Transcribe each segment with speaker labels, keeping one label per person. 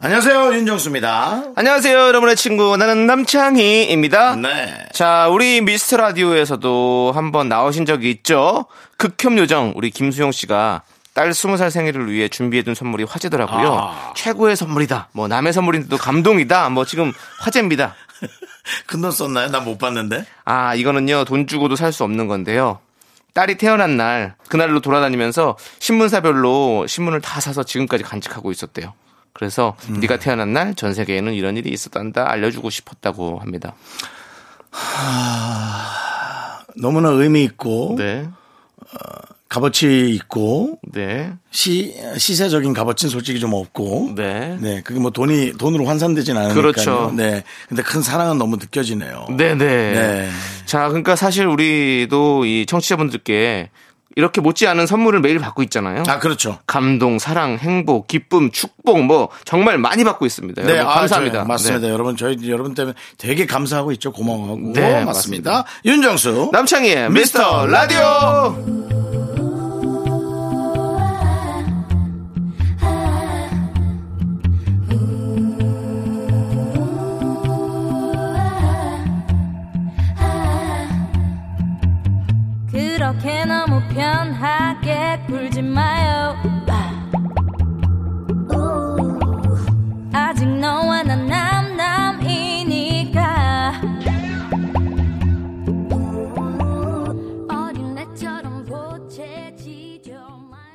Speaker 1: 안녕하세요 윤정수입니다.
Speaker 2: 안녕하세요, 여러분의 친구. 나는 남창희입니다.
Speaker 1: 네.
Speaker 2: 자, 우리 미스트 라디오에서도 한번 나오신 적이 있죠? 극혐 요정, 우리 김수용 씨가 딸 20살 생일을 위해 준비해둔 선물이 화제더라고요.
Speaker 1: 네,
Speaker 2: 최고의 선물이다. 뭐, 남의 선물인데도 감동이다. 뭐, 지금 화제입니다.
Speaker 1: 큰 돈 썼나요? 나 못 봤는데.
Speaker 2: 아, 이거는요, 돈 주고도 살 수 없는 건데요. 딸이 태어난 날, 그날로 돌아다니면서 신문사별로 신문을 다 사서 지금까지 간직하고 있었대요. 그래서 네가 태어난 날 전 세계에는 이런 일이 있었단다 알려주고 싶었다고 합니다.
Speaker 1: 너무나 의미 있고
Speaker 2: 네,
Speaker 1: 값어치 있고
Speaker 2: 네,
Speaker 1: 시 시세적인 값어치는 솔직히 좀 없고.
Speaker 2: 네,
Speaker 1: 네, 그게 뭐 돈이 돈으로 환산되진 않으니까요.
Speaker 2: 그렇죠.
Speaker 1: 네, 근데 큰 사랑은 너무 느껴지네요.
Speaker 2: 네,
Speaker 1: 네.
Speaker 2: 네. 자, 그러니까 사실 우리도 이 청취자분들께 이렇게 못지않은 선물을 매일 받고 있잖아요.
Speaker 1: 아 그렇죠.
Speaker 2: 감동, 사랑, 행복, 기쁨, 축복 뭐 정말 많이 받고 있습니다.
Speaker 1: 네,
Speaker 2: 여러분
Speaker 1: 아,
Speaker 2: 감사합니다.
Speaker 1: 저희, 맞습니다.
Speaker 2: 네.
Speaker 1: 여러분 저희 여러분 때문에 되게 감사하고 있죠. 고마워하고.
Speaker 2: 네,
Speaker 1: 맞습니다. 윤정수.
Speaker 2: 남창희의 미스터 라디오.
Speaker 3: 그렇게 너무 뭐 편하게 굴지 마요 아. 아직 너와 난 남남이니까 어린 애처럼 보채지죠 마요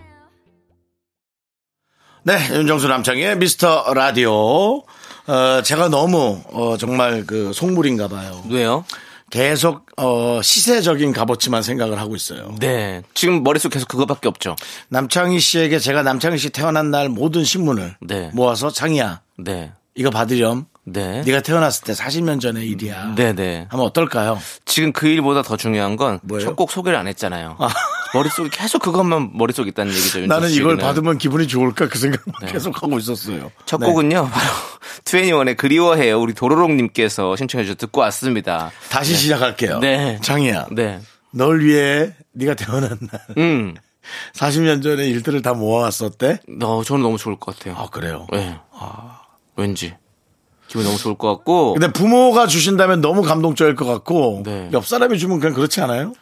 Speaker 1: 네, 윤정수 남창희의 미스터 라디오. 어, 제가 너무 어, 정말 그 속물인가 봐요.
Speaker 2: 왜요?
Speaker 1: 계속 어, 시세적인 값어치만 생각을 하고 있어요.
Speaker 2: 네. 지금 머릿속 계속 그거밖에 없죠.
Speaker 1: 남창희 씨에게 제가 남창희 씨 태어난 날 모든 신문을
Speaker 2: 네.
Speaker 1: 모아서 창희야
Speaker 2: 네.
Speaker 1: 이거 받으렴.
Speaker 2: 네.
Speaker 1: 네가 태어났을 때 40년 전의 일이야.
Speaker 2: 네, 네.
Speaker 1: 하면 어떨까요?
Speaker 2: 지금 그 일보다 더 중요한 건
Speaker 1: 뭐예요?
Speaker 2: 첫 곡 소개를 안 했잖아요. 머릿속에 계속 그것만 머릿속에 있다는 얘기죠. 윤정
Speaker 1: 나는 이걸
Speaker 2: 씨에게는. 네.
Speaker 1: 받으면 기분이 좋을까 그 생각 계속 하고 있었어요.
Speaker 2: 첫
Speaker 1: 네.
Speaker 2: 곡은요. 바로 21의 그리워해요. 우리 도로롱 님께서 신청해 주셔서 듣고 왔습니다.
Speaker 1: 다시 시작할게요.
Speaker 2: 네.
Speaker 1: 창희야,
Speaker 2: 네.
Speaker 1: 널 위해 네가 태어난 날
Speaker 2: 음.
Speaker 1: 40년 전의 일들을 다 모아왔었대.
Speaker 2: 너 어, 저는 너무 좋을 것 같아요.
Speaker 1: 아 그래요.
Speaker 2: 네. 왠지 기분 너무 좋을 것 같고
Speaker 1: 근데 부모가 주신다면 너무 감동적일 것 같고
Speaker 2: 네.
Speaker 1: 옆 사람이 주면 그냥 그렇지 않아요?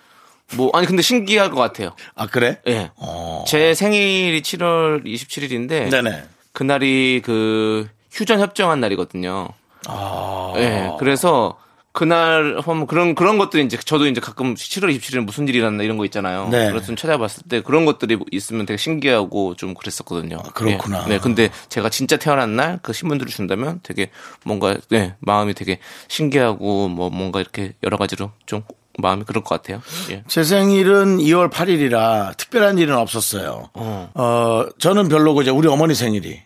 Speaker 2: 뭐 아니 근데 신기할 것 같아요.
Speaker 1: 아 그래?
Speaker 2: 예.
Speaker 1: 어.
Speaker 2: 제 생일이 7월 27일인데
Speaker 1: 네네.
Speaker 2: 그날이 그 휴전 협정한 날이거든요.
Speaker 1: 아.
Speaker 2: 예. 그래서 그날 한번 그런 그런 것들이 이제 저도 이제 가끔 7월 27일에 무슨 일이 일어났나 이런 거 있잖아요.
Speaker 1: 네.
Speaker 2: 그래서 좀 찾아봤을 때 그런 것들이 있으면 되게 신기하고 좀 그랬었거든요.
Speaker 1: 아, 그렇구나.
Speaker 2: 예. 네. 근데 제가 진짜 태어난 날 그 신문들을 준다면 되게 뭔가 네, 마음이 되게 신기하고 뭐 뭔가 이렇게 여러 가지로 좀 마음이 그럴 것 같아요. 예.
Speaker 1: 제 생일은 2월 8일이라 특별한 일은 없었어요. 네. 어, 저는 별로고 이제 우리 어머니 생일이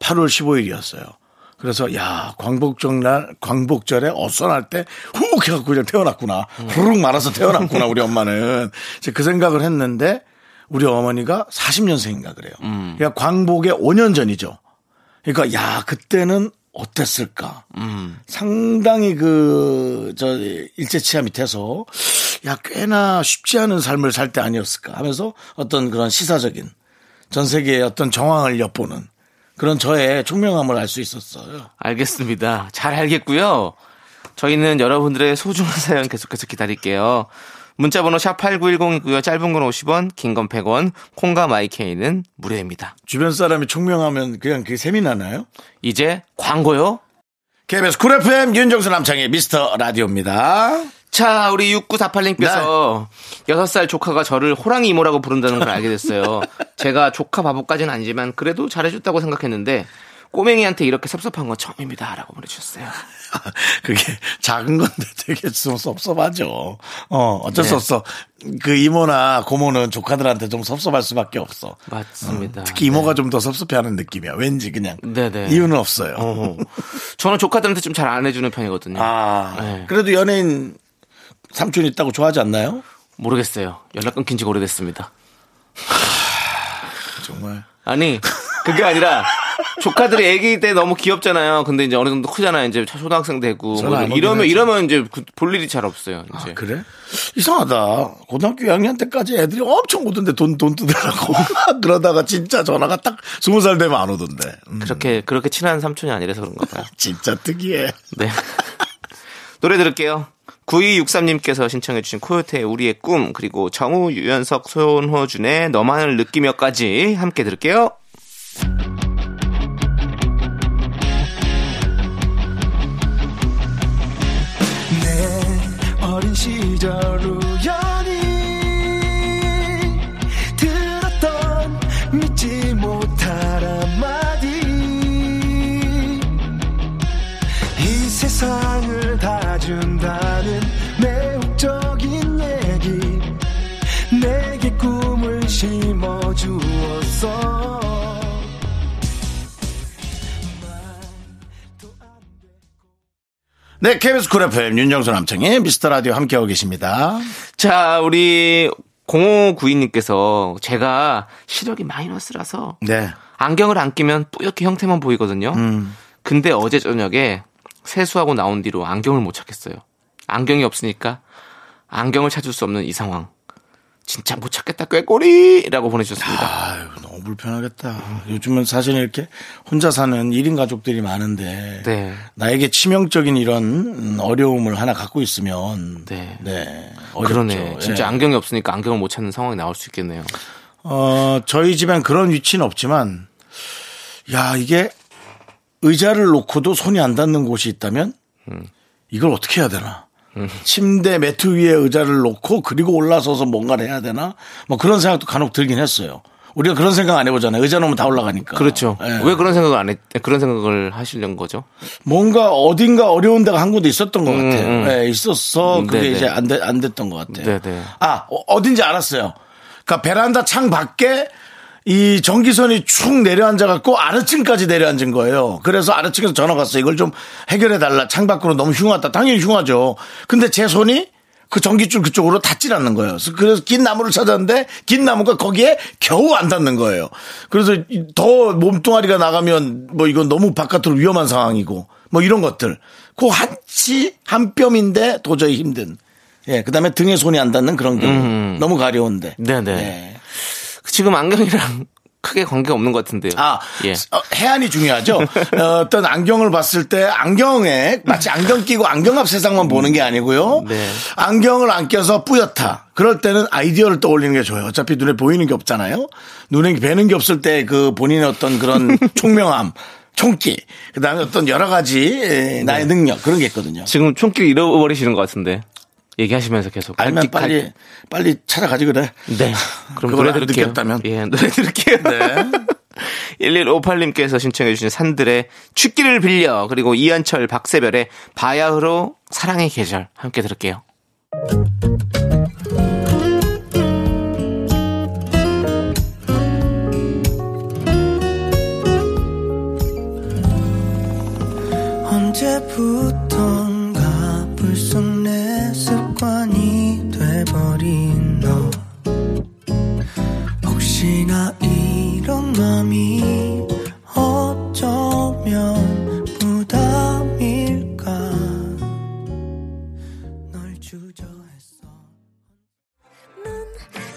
Speaker 1: 8월 15일이었어요. 그래서 야 광복절 날 광복절에 어선할 때훅 해갖고 그냥 태어났구나 후룩 말아서 태어났구나 우리 엄마는 이제 그 생각을 했는데 우리 어머니가 40년생인가 그래요. 그러니까 광복의 5년 전이죠. 그러니까 야 그때는 어땠을까? 상당히 그저 일제치하 밑에서 야 꽤나 쉽지 않은 삶을 살 때 아니었을까 하면서 어떤 그런 시사적인 전 세계의 어떤 정황을 엿보는 그런 저의 총명함을 알 수 있었어요.
Speaker 2: 알겠습니다. 잘 알겠고요. 저희는 여러분들의 소중한 사연 계속해서 기다릴게요. 문자번호 샵 8910이고요. 짧은 건 50원, 긴 건 100원, 콩과 마이케이는 무료입니다.
Speaker 1: 주변 사람이 총명하면 그냥 그게 셈이 나나요?
Speaker 2: 이제 광고요.
Speaker 1: KBS 쿨 FM 윤정수 남창의 미스터 라디오입니다.
Speaker 2: 자, 우리 6948님께서 여섯 살 조카가 저를 호랑이 이모라고 부른다는 걸 알게 됐어요. 제가 조카 바보까지는 아니지만 그래도 잘해줬다고 생각했는데 꼬맹이한테 이렇게 섭섭한 건 처음입니다. 라고 보내주셨어요.
Speaker 1: 그게 작은 건데 되게 좀 섭섭하죠. 어, 어쩔 수
Speaker 2: 네.
Speaker 1: 없어. 그 이모나 고모는 조카들한테 좀 섭섭할 수밖에 없어.
Speaker 2: 맞습니다.
Speaker 1: 특히 이모가 좀 더 섭섭해하는 느낌이야. 왠지 그냥.
Speaker 2: 네네.
Speaker 1: 이유는 없어요.
Speaker 2: 어. 저는 조카들한테 좀 잘 안 해주는 편이거든요.
Speaker 1: 아,
Speaker 2: 네.
Speaker 1: 그래도 연예인 삼촌 있다고 좋아하지 않나요?
Speaker 2: 모르겠어요. 연락 끊긴 지 오래됐습니다.
Speaker 1: 정말.
Speaker 2: 아니 그게 아니라 조카들이 아기 때 너무 귀엽잖아요. 근데 이제 어느 정도 크잖아요. 이제 초등학생 되고 뭐
Speaker 1: 전화 안 오긴
Speaker 2: 이러면
Speaker 1: 하죠.
Speaker 2: 이러면 이제 그- 볼 일이 잘 없어요. 이제.
Speaker 1: 아, 그래? 이상하다. 고등학교 2학년 때까지 애들이 엄청 오던데 돈, 돈 뜯으라고. 그러다가 진짜 전화가 딱 20살 되면 안 오던데. 음,
Speaker 2: 렇게 그렇게 친한 삼촌이 아니라서 그런가 봐요.
Speaker 1: 진짜 특이해.
Speaker 2: 네. 노래 들을게요. 9263님께서 신청해주신 코요태의 우리의 꿈, 그리고 정우, 유연석, 손호준의 너만을 느끼며까지 함께 들을게요.
Speaker 4: 내 어린 시절 우연히 들었던 믿지 못할 한마디 이 세상을 다 준다는 매혹적인 얘기 내게 꿈을 심어주었어
Speaker 1: 네, KBS 쿨 FM 윤정수 남창의 미스터 라디오 함께하고 계십니다.
Speaker 2: 자, 우리 0592님께서 제가 시력이 마이너스라서
Speaker 1: 네.
Speaker 2: 안경을 안 끼면 뿌옇게 형태만 보이거든요. 근데 어제 저녁에 세수하고 나온 뒤로 안경을 못 찾겠어요. 안경이 없으니까 안경을 찾을 수 없는 이 상황. 진짜 못 찾겠다 꾀꼬리! 라고 보내주셨습니다.
Speaker 1: 아유, 너무 불편하겠다. 요즘은 사실 이렇게 혼자 사는 1인 가족들이 많은데.
Speaker 2: 네.
Speaker 1: 나에게 치명적인 이런 음, 어려움을 하나 갖고 있으면.
Speaker 2: 네.
Speaker 1: 어렵죠.
Speaker 2: 그러네. 진짜
Speaker 1: 예.
Speaker 2: 안경이 없으니까 안경을 못 찾는 상황이 나올 수 있겠네요.
Speaker 1: 어, 저희 집엔 그런 위치는 없지만, 야, 이게 의자를 놓고도 손이 안 닿는 곳이 있다면,
Speaker 2: 음.
Speaker 1: 이걸 어떻게 해야 되나? 침대 매트 위에 의자를 놓고 그리고 올라서서 뭔가를 해야 되나? 뭐 그런 생각도 간혹 들긴 했어요. 우리가 그런 생각 안 해보잖아요. 의자 놓으면 다 올라가니까.
Speaker 2: 그렇죠.
Speaker 1: 예.
Speaker 2: 왜 그런 생각을 안 했, 그런 생각을 하시려는 거죠?
Speaker 1: 뭔가 어딘가 어려운 데가 한 군데 있었던 것 같아요. 예, 있었어.
Speaker 2: 음,
Speaker 1: 그게
Speaker 2: 네네.
Speaker 1: 이제 안, 되- 안 됐던 것 같아요.
Speaker 2: 네네.
Speaker 1: 아, 어- 어딘지 알았어요. 그러니까 베란다 창 밖에 이 전기선이 축 내려앉아갖고 아래층까지 내려앉은 거예요. 그래서 아래층에서 전화 갔어요. 이걸 좀 해결해달라. 창 밖으로 너무 흉하다. 당연히 흉하죠. 근데 제 손이 그 전기줄 그쪽으로 닿질 않는 거예요. 그래서- 그래서 긴 나무를 찾았는데 긴 나무가 거기에 겨우 안 닿는 거예요. 그래서 이- 더 몸뚱아리가 나가면 뭐 이건 너무 바깥으로 위험한 상황이고 뭐 이런 것들. 그 한치 한 뼘인데 도저히 힘든. 예, 그 다음에 등에 손이 안 닿는 그런 경우. 너무 가려운데.
Speaker 2: 음. 네네.
Speaker 1: 예.
Speaker 2: 지금 안경이랑 크게 관계가 없는 것 같은데요.
Speaker 1: 아,
Speaker 2: 예.
Speaker 1: 어, 해안이 중요하죠. 어, 떤 안경을 봤을 때 안경에 마치 안경 끼고 안경 앞 세상만 보는 게 아니고요.
Speaker 2: 네.
Speaker 1: 안경을 안 껴서 뿌옇다. 그럴 때는 아이디어를 떠올리는 게 좋아요. 어차피 눈에 보이는 게 없잖아요. 눈에 뵈는 게 없을 때 그 본인의 어떤 그런 총명함, 총기, 그 다음에 어떤 여러 가지 예, 나의
Speaker 2: 네.
Speaker 1: 능력 그런 게 있거든요.
Speaker 2: 지금 총길 잃어버리시는 것 같은데. 얘기하시면서 계속.
Speaker 1: 알면
Speaker 2: 갈- 갈-
Speaker 1: 빨리, 빨리 찾아가지 그래.
Speaker 2: 네. 그럼
Speaker 1: 그걸
Speaker 2: 노래
Speaker 1: 안
Speaker 2: 들을게요.
Speaker 1: 느꼈다면. 네.
Speaker 2: 예, 노래 들을게요. 1158님께서 신청해주신 산들의 축기를 빌려, 그리고 이한철, 박세별의 바야흐로 사랑의 계절 함께 들을게요.
Speaker 4: 언제부턴가 불쑥 내 습관이 돼버린 너 혹시나 이런 맘이 어쩌면 부담일까 널 주저했어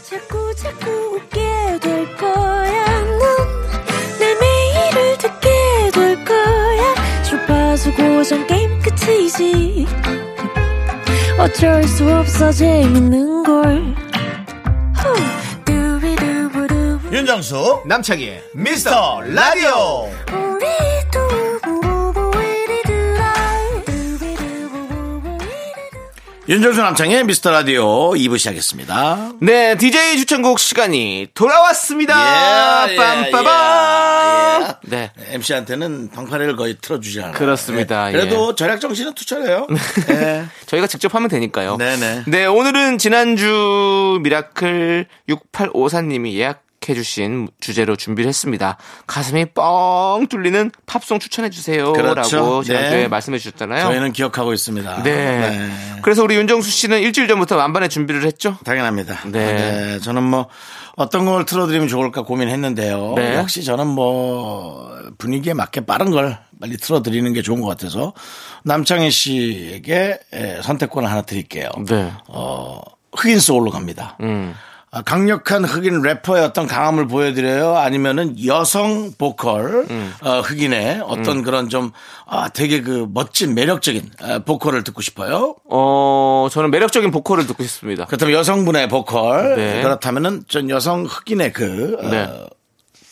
Speaker 3: 자꾸 자꾸 웃게 될 거야. 넌내 매일을 듣게 될 거야. 주파수 고정 게임 끝이지. 어쩔 수 없어 재밌는 걸. 후. 두비두부두.
Speaker 1: 윤정수, 남창희, 미스터 라디오.
Speaker 3: 우리 두부부부 우리 두라. 두비두부부부 우리 두라.
Speaker 1: 윤정수 남창의 미스터 라디오 2부 시작했습니다.
Speaker 2: 네, DJ 추천곡 시간이 돌아왔습니다.
Speaker 1: 예, 예,
Speaker 2: 빰빠밤.
Speaker 1: 예.
Speaker 2: 네.
Speaker 1: MC한테는 방파레를 거의 틀어주지 않아요.
Speaker 2: 그렇습니다.
Speaker 1: 예. 그래도
Speaker 2: 예.
Speaker 1: 절약 정신은 투철해요. 예.
Speaker 2: 저희가 직접 하면 되니까요.
Speaker 1: 네네.
Speaker 2: 네, 오늘은 지난주 미라클 6854님이 예약해주신 주제로 준비를 했습니다. 가슴이 뻥 뚫리는 팝송 추천해주세요.
Speaker 1: 그렇죠.
Speaker 2: 라고 지난주에
Speaker 1: 네.
Speaker 2: 말씀해주셨잖아요.
Speaker 1: 저희는 기억하고 있습니다.
Speaker 2: 네. 그래서 우리 윤정수 씨는 일주일 전부터 만반의 준비를 했죠?
Speaker 1: 당연합니다.
Speaker 2: 네.
Speaker 1: 네, 저는 뭐 어떤 걸 틀어드리면 좋을까 고민했는데요.
Speaker 2: 네.
Speaker 1: 역시 저는 뭐 분위기에 맞게 빠른 걸 빨리 틀어드리는 게 좋은 것 같아서 남창희 씨에게 예, 선택권을 하나 드릴게요.
Speaker 2: 네. 음.
Speaker 1: 어, 흑인 소울로 갑니다. 아, 강력한 흑인 래퍼의 어떤 강함을 보여드려요? 아니면은 여성 보컬,
Speaker 2: 음.
Speaker 1: 어, 흑인의 어떤 그런 좀, 아, 되게 그 멋진 매력적인 아, 보컬을 듣고 싶어요?
Speaker 2: 어, 저는 매력적인 보컬을 듣고 싶습니다.
Speaker 1: 그렇다면 여성분의 보컬.
Speaker 2: 네.
Speaker 1: 그렇다면은 전 여성 흑인의 그, 어,
Speaker 2: 네.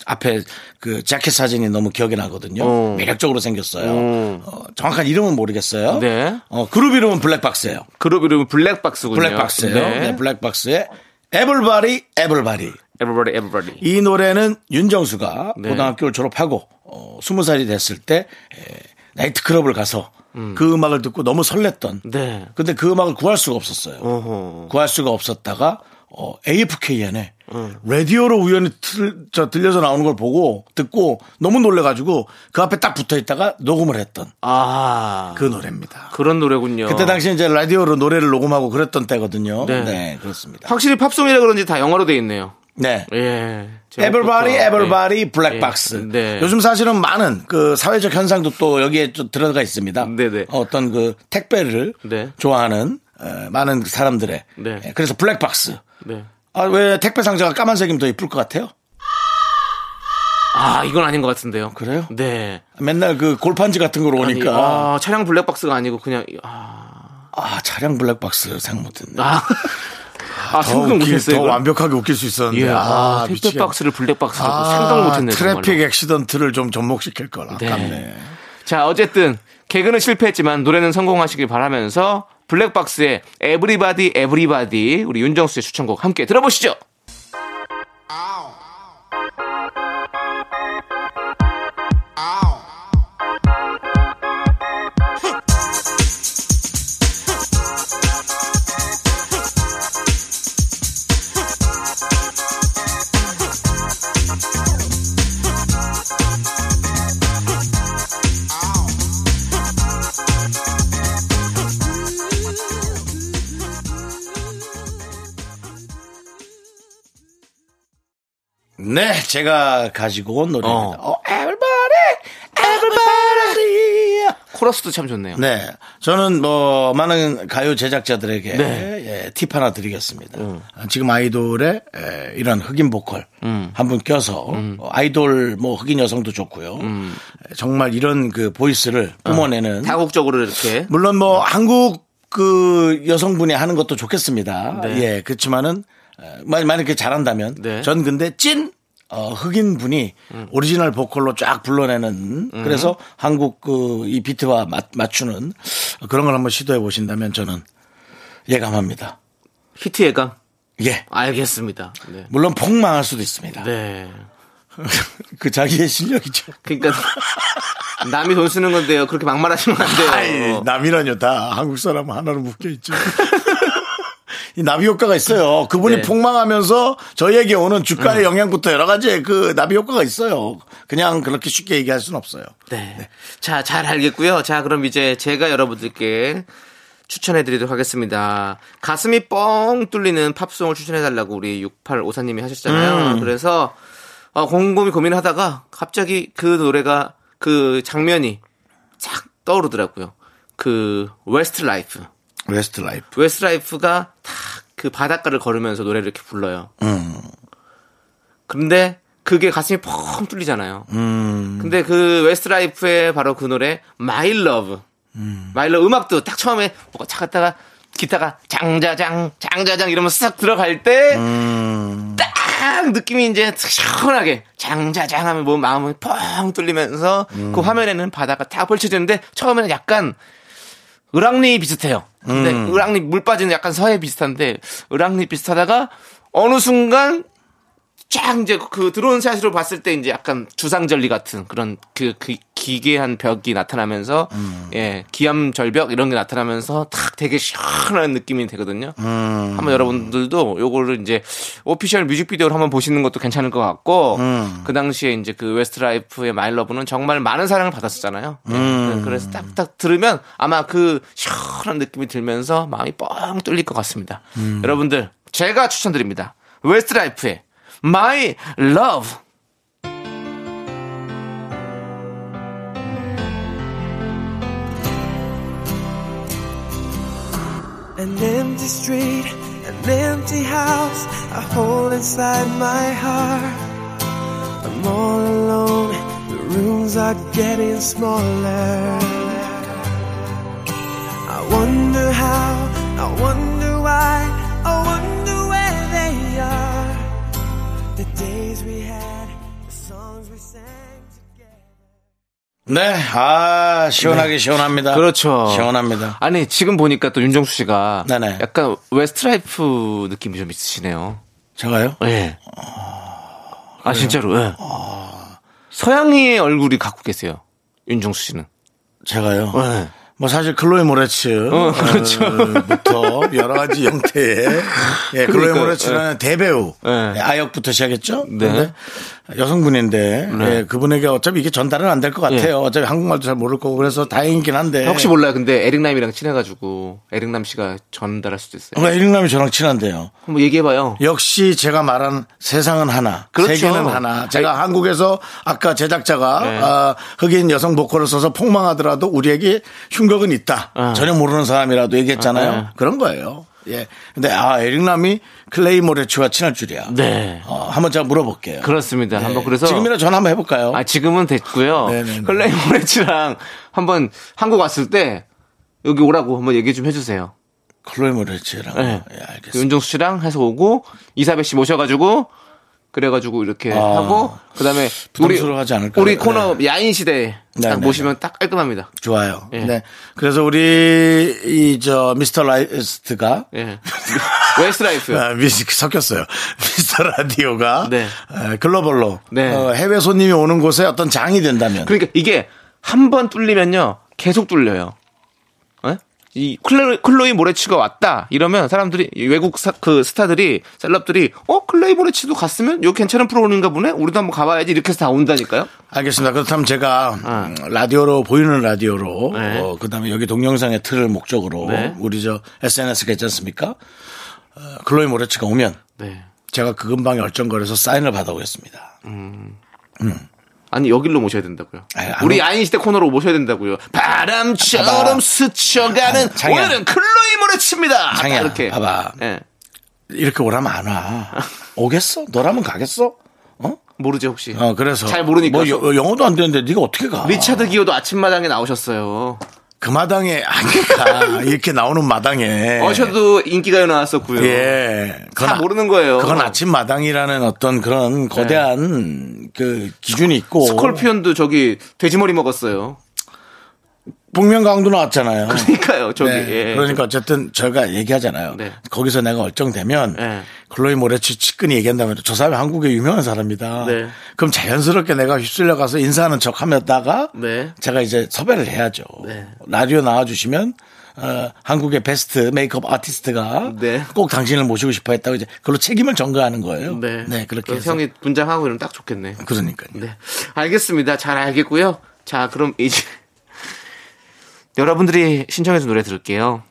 Speaker 1: 앞에 그 자켓 사진이 너무 기억이 나거든요.
Speaker 2: 어.
Speaker 1: 매력적으로 생겼어요.
Speaker 2: 어.
Speaker 1: 어, 정확한 이름은 모르겠어요.
Speaker 2: 네.
Speaker 1: 어, 그룹 이름은 블랙박스예요
Speaker 2: 그룹 이름은 블랙박스군요.
Speaker 1: 블랙박스예요.
Speaker 2: 네.
Speaker 1: 네, 블랙박스의 에블바리 에블바리.
Speaker 2: Everybody, everybody.
Speaker 1: 이 노래는 윤정수가
Speaker 2: 네.
Speaker 1: 고등학교를 졸업하고 어, 20살이 됐을 때 에, 나이트클럽을 가서 그 음악을 듣고 너무 설렜던.
Speaker 2: 네.
Speaker 1: 근데 그 음악을 구할 수가 없었어요.
Speaker 2: 어허.
Speaker 1: 구할 수가 없었다가 어, AFKN에
Speaker 2: 어.
Speaker 1: 라디오로 우연히 틀, 저, 들려서 나오는 걸 보고 듣고 너무 놀래가지고 그 앞에 딱 붙어 있다가 녹음을 했던
Speaker 2: 아.
Speaker 1: 그 노래입니다.
Speaker 2: 그, 런 노래군요.
Speaker 1: 그때 당시 이제 라디오로 노래를 녹음하고 그랬던 때거든요.
Speaker 2: 네.
Speaker 1: 네, 그렇습니다.
Speaker 2: 확실히 팝송이라 그런지 다 영어로 돼 있네요.
Speaker 1: 네.
Speaker 2: 예.
Speaker 1: 에버바디
Speaker 2: 제목부터.
Speaker 1: 에버바디
Speaker 2: 예.
Speaker 1: 블랙박스.
Speaker 2: 예. 네.
Speaker 1: 요즘 사실은 많은 그 사회적 현상도 또 여기에 좀 들어가 있습니다.
Speaker 2: 네네.
Speaker 1: 어떤 그 택배를
Speaker 2: 네.
Speaker 1: 좋아하는 어, 많은 사람들의
Speaker 2: 네.
Speaker 1: 예, 그래서 블랙박스.
Speaker 2: 네.
Speaker 1: 아, 왜 택배 상자가 까만색이면 더 이쁠 것 같아요?
Speaker 2: 아, 이건 아닌 것 같은데요.
Speaker 1: 그래요? 그러니까.
Speaker 2: 네.
Speaker 1: 맨날 그 골판지 같은 걸로
Speaker 2: 아니,
Speaker 1: 오니까
Speaker 2: 아, 차량 블랙박스가 아니고 그냥 아.
Speaker 1: 아, 차량 블랙박스 생각 못했네.
Speaker 2: 아. 아,
Speaker 1: 더,
Speaker 2: 생각 못
Speaker 1: 웃기-
Speaker 2: 했어요.
Speaker 1: 더
Speaker 2: 이걸?
Speaker 1: 완벽하게 웃길 수 있었는데
Speaker 2: 예. 아, 택배
Speaker 1: 미치겠네.
Speaker 2: 박스를 블랙박스라고
Speaker 1: 아,
Speaker 2: 생각 못 했네요.
Speaker 1: 트래픽
Speaker 2: 정말로.
Speaker 1: 액시던트를 좀 접목시킬 걸 아깝네.
Speaker 2: 네. 자, 어쨌든 개그는 실패했지만 노래는 성공하시길 바라면서 블랙박스의 에브리바디 에브리바디 우리 윤정수 씨의 추천곡 함께 들어보시죠.
Speaker 1: 네, 제가 가지고 온 노래입니다.
Speaker 2: 어.
Speaker 1: 어, everybody, everybody.
Speaker 2: 코러스도 참 좋네요.
Speaker 1: 네, 저는 뭐 많은 가요 제작자들에게
Speaker 2: 네. 음.
Speaker 1: 예, 팁 하나 드리겠습니다. 아, 지금 아이돌의 예, 이런 흑인 보컬
Speaker 2: 음.
Speaker 1: 한 분 껴서 어, 아이돌 뭐 흑인 여성도 좋고요. 예, 정말 이런 그 보이스를 뿜어내는
Speaker 2: 음. 다국적으로 이렇게
Speaker 1: 물론 뭐 한국 그 여성분이 하는 것도 좋겠습니다.
Speaker 2: 네.
Speaker 1: 예, 그렇지만은 어, 만- 만약에 잘한다면
Speaker 2: 네. 음.
Speaker 1: 전 근데 찐 어, 흑인 분이 오리지널 보컬로 쫙 불러내는 그래서 한국 그 이 비트와 맞, 맞추는 그런 걸 한번 시도해 보신다면 저는 예감합니다.
Speaker 2: 히트 예감
Speaker 1: 예.
Speaker 2: 알겠습니다. 네.
Speaker 1: 물론 폭망할 수도 있습니다.
Speaker 2: 네.
Speaker 1: 그 자기의 실력이죠.
Speaker 2: 그러니까 남이 돈 쓰는 건데요. 그렇게 막말하시면 안
Speaker 1: 네.
Speaker 2: 돼요.
Speaker 1: 아이, 남이라뇨. 다 한국 사람 하나로 묶여있죠. 이 나비 효과가 있어요. 그분이
Speaker 2: 네.
Speaker 1: 폭망하면서 저희에게 오는 주가의 영향부터 여러 가지 그 나비 효과가 있어요. 그냥 그렇게 쉽게 얘기할 수는 없어요.
Speaker 2: 네. 자, 잘 알겠고요. 자, 그럼 이제 제가 여러분들께 추천해 드리도록 하겠습니다. 가슴이 뻥 뚫리는 팝송을 추천해 달라고 우리 6854님이
Speaker 1: 음.
Speaker 2: 하셨잖아요. 그래서 어, 곰곰이 고민하다가 갑자기 그 노래가 그 장면이 싹 떠오르더라고요. 그 웨스트 라이프.
Speaker 1: 웨스트 라이프.
Speaker 2: 웨스트 라이프가 딱 그 바닷가를 걸으면서 노래를 이렇게 불러요. 그런데 그게 가슴이 펑 뚫리잖아요. 근데 그 웨스트 라이프의 바로 그 노래 My Love. My Love 음악도 딱 처음에 뭐가 차갔다가 기타가 장자장 장자장 이러면서 싹 들어갈 때 딱 느낌이 이제 시원하게 장자장 하면 뭐 마음이 펑 뚫리면서 그 화면에는 바다가 딱 펼쳐지는데 처음에는 약간 을왕리 비슷해요. 근데 을왕리 물 빠지는 약간 서해 비슷한데 을왕리 비슷하다가 어느 순간 쫙 이제 그 드론 샷으로 봤을 때 이제 약간 주상절리 같은 그런 그, 그 기괴한 벽이 나타나면서 예 기암절벽 이런 게 나타나면서 탁 되게 시원한 느낌이 되거든요. 한번 여러분들도 요거를 이제 오피셜 뮤직비디오를 한번 보시는 것도 괜찮을 것 같고 그 당시에 이제 그 웨스트라이프의 마일러브는 정말 많은 사랑을 받았었잖아요. 예, 그래서 딱딱 들으면 아마 그 시원한 느낌이 들면서 마음이 뻥 뚫릴 것 같습니다. 여러분들 제가 추천드립니다. 웨스트라이프의 My Love.
Speaker 5: An empty street, an empty house, a hole inside my heart. I'm all alone, the rooms are getting smaller. I wonder how, I wonder why, I wonder where they are. The days we had, the songs we sang together.
Speaker 1: 네, 아 시원하게 시원합니다.
Speaker 2: 그렇죠.
Speaker 1: 시원합니다.
Speaker 2: 아니 지금 보니까 또 윤정수 씨가
Speaker 1: 네네.
Speaker 2: 약간 웨스트라이프 느낌이 좀 있으시네요.
Speaker 1: 제가요?
Speaker 2: 예. 아 진짜로. 예. 서양의 얼굴이 갖고 계세요. 윤정수 씨는.
Speaker 1: 제가요.
Speaker 2: 예.
Speaker 1: 뭐 사실 클로이
Speaker 2: 어,
Speaker 1: 모레츠부터 어,
Speaker 2: 그렇죠.
Speaker 1: 여러 가지 형태의 예, 클로이
Speaker 2: 그러니까요.
Speaker 1: 모레츠라는 대배우
Speaker 2: 예.
Speaker 1: 아역부터 시작했죠.
Speaker 2: 네.
Speaker 1: 근데 여성분인데 예, 그분에게 어차피 이게 전달은 안 될 것 같아요. 어차피 한국말도 잘 모를 거고 그래서 다행이긴 한데
Speaker 2: 예. 혹시 몰라요. 근데 에릭남이랑 친해가지고 에릭남 씨가 전달할 수도 있어요.
Speaker 1: 뭔가 이름남이 그러니까 저랑 친한데요.
Speaker 2: 한번 얘기해봐요.
Speaker 1: 역시 제가 말한 세상은 하나,
Speaker 2: 그렇죠.
Speaker 1: 세계는 하나. 제가
Speaker 2: 아이-
Speaker 1: 한국에서 아까 제작자가
Speaker 2: 네.
Speaker 1: 아, 흑인 여성 보컬을 써서 폭망하더라도 우리에게 흉격은 있다. 전혀 모르는 사람이라도 얘기했잖아요.
Speaker 2: 아, 네.
Speaker 1: 그런 거예요. 예. 근데 아 에릭남이 클레이 모레츠와 친할 줄이야.
Speaker 2: 네.
Speaker 1: 어, 한번 제가 물어볼게요. 예.
Speaker 2: 그렇습니다. 한번 그래서
Speaker 1: 지금이라 전화 한번 해볼까요?
Speaker 2: 아, 지금은 됐고요.
Speaker 1: 네네네.
Speaker 2: 클레이 모레츠랑 한번 한국 왔을 때 여기 오라고 한번 얘기 좀 해주세요.
Speaker 1: 클레이 모레츠랑
Speaker 2: 네.
Speaker 1: 예,
Speaker 2: 그
Speaker 1: 알겠습니다.
Speaker 2: 윤종수 씨랑 해서 오고 이사백 씨 모셔가지고 그래가지고 이렇게
Speaker 1: 아.
Speaker 2: 하고 그다음에 우리
Speaker 1: 부담스러워하지 않을까요?
Speaker 2: 우리 코너 야인 시대
Speaker 1: 네,
Speaker 2: 딱
Speaker 1: 네,
Speaker 2: 모시면 딱 깔끔합니다.
Speaker 1: 좋아요.
Speaker 2: 예.
Speaker 1: 네. 그래서 우리 이 저 미스터 라이스트가
Speaker 2: 예. 웨스트라이프.
Speaker 1: 아, 미, 섞였어요. 미스터 라디오가
Speaker 2: 네.
Speaker 1: 아, 글로벌로
Speaker 2: 네.
Speaker 1: 어, 해외 손님이 오는 곳에 어떤 장이 된다면
Speaker 2: 그러니까 이게 한 번 뚫리면요 계속 뚫려요. 예? 이 클레, 클로이 모레츠가 왔다 이러면 사람들이 이 외국 사- 그 스타들이 셀럽들이 어 클레이 모레츠도 갔으면 요 괜찮은 프로그램인가 보네 우리도 한번 가봐야지 이렇게 해서 다 온다니까요.
Speaker 1: 알겠습니다. 그렇다면 제가 음, 라디오로 보이는 라디오로
Speaker 2: 아. 네.
Speaker 1: 어, 그다음에 여기 동영상의 틀을 목적으로
Speaker 2: 네.
Speaker 1: 우리 저 SNS 괜찮습니까 어, 글로이 모레츠가 오면
Speaker 2: 네.
Speaker 1: 제가 그 근방에 얼쩡거려서 사인을 받아오겠습니다.
Speaker 2: 아니 여길로 모셔야 된다고요.
Speaker 1: 아니, 안
Speaker 2: 우리
Speaker 1: 오- 아,
Speaker 2: 야인 시대 코너로 모셔야 된다고요. 바람처럼
Speaker 1: 봐봐.
Speaker 2: 스쳐가는
Speaker 1: 아니, 장이야.
Speaker 2: 오늘은 클로이 모레츠입니다. 딱
Speaker 1: 장이야,
Speaker 2: 이렇게.
Speaker 1: 봐봐.
Speaker 2: 예.
Speaker 1: 이렇게 오라면 안 와. 오겠어? 너라면 가겠어?
Speaker 2: 모르죠 혹시.
Speaker 1: 어 그래서
Speaker 2: 잘 모르니까.
Speaker 1: 뭐 여- 영어도 안 되는데 네가 어떻게 가?
Speaker 2: 리차드 기어도 아침마당에 나오셨어요.
Speaker 1: 그 마당에 아니까 이렇게 나오는 마당에
Speaker 2: 어셔도 인기가요 나왔었고요.
Speaker 1: 예. 그건
Speaker 2: 다
Speaker 1: 아-
Speaker 2: 모르는 거예요. 네.
Speaker 1: 그건 아침 마당이라는 어떤 그런 거대한 그 기준이 있고.
Speaker 2: 스콜피온도 저기 돼지머리 먹었어요.
Speaker 1: 북면강도 나왔잖아요.
Speaker 2: 그러니까요 그렇죠. 저기.
Speaker 1: 네.
Speaker 2: 예.
Speaker 1: 그러니까 어쨌든 저희가 얘기하잖아요.
Speaker 2: 네.
Speaker 1: 거기서 내가 얼쩡되면
Speaker 2: 네.
Speaker 1: 글로이 모레츠 측근이 얘기한다면 저 사람이 한국의 유명한 사람이다.
Speaker 2: 네.
Speaker 1: 그럼 자연스럽게 내가 휩쓸려 가서 인사하는 척 하면다가
Speaker 2: 네.
Speaker 1: 제가 이제 섭외를 해야죠. 라디오 나와주시면 어, 한국의 베스트 메이크업 아티스트가
Speaker 2: 네.
Speaker 1: 꼭 당신을 모시고 싶어 했다고 이제 그걸로 책임을 전가하는 거예요.
Speaker 2: 네.
Speaker 1: 그렇게
Speaker 2: 그래서
Speaker 1: 해서.
Speaker 2: 형이 분장하고 이러면 딱 좋겠네.
Speaker 1: 그러니까요.
Speaker 2: 네. 알겠습니다. 잘 알겠고요. 자, 그럼 이제 여러분들이 신청해서 노래 들을게요.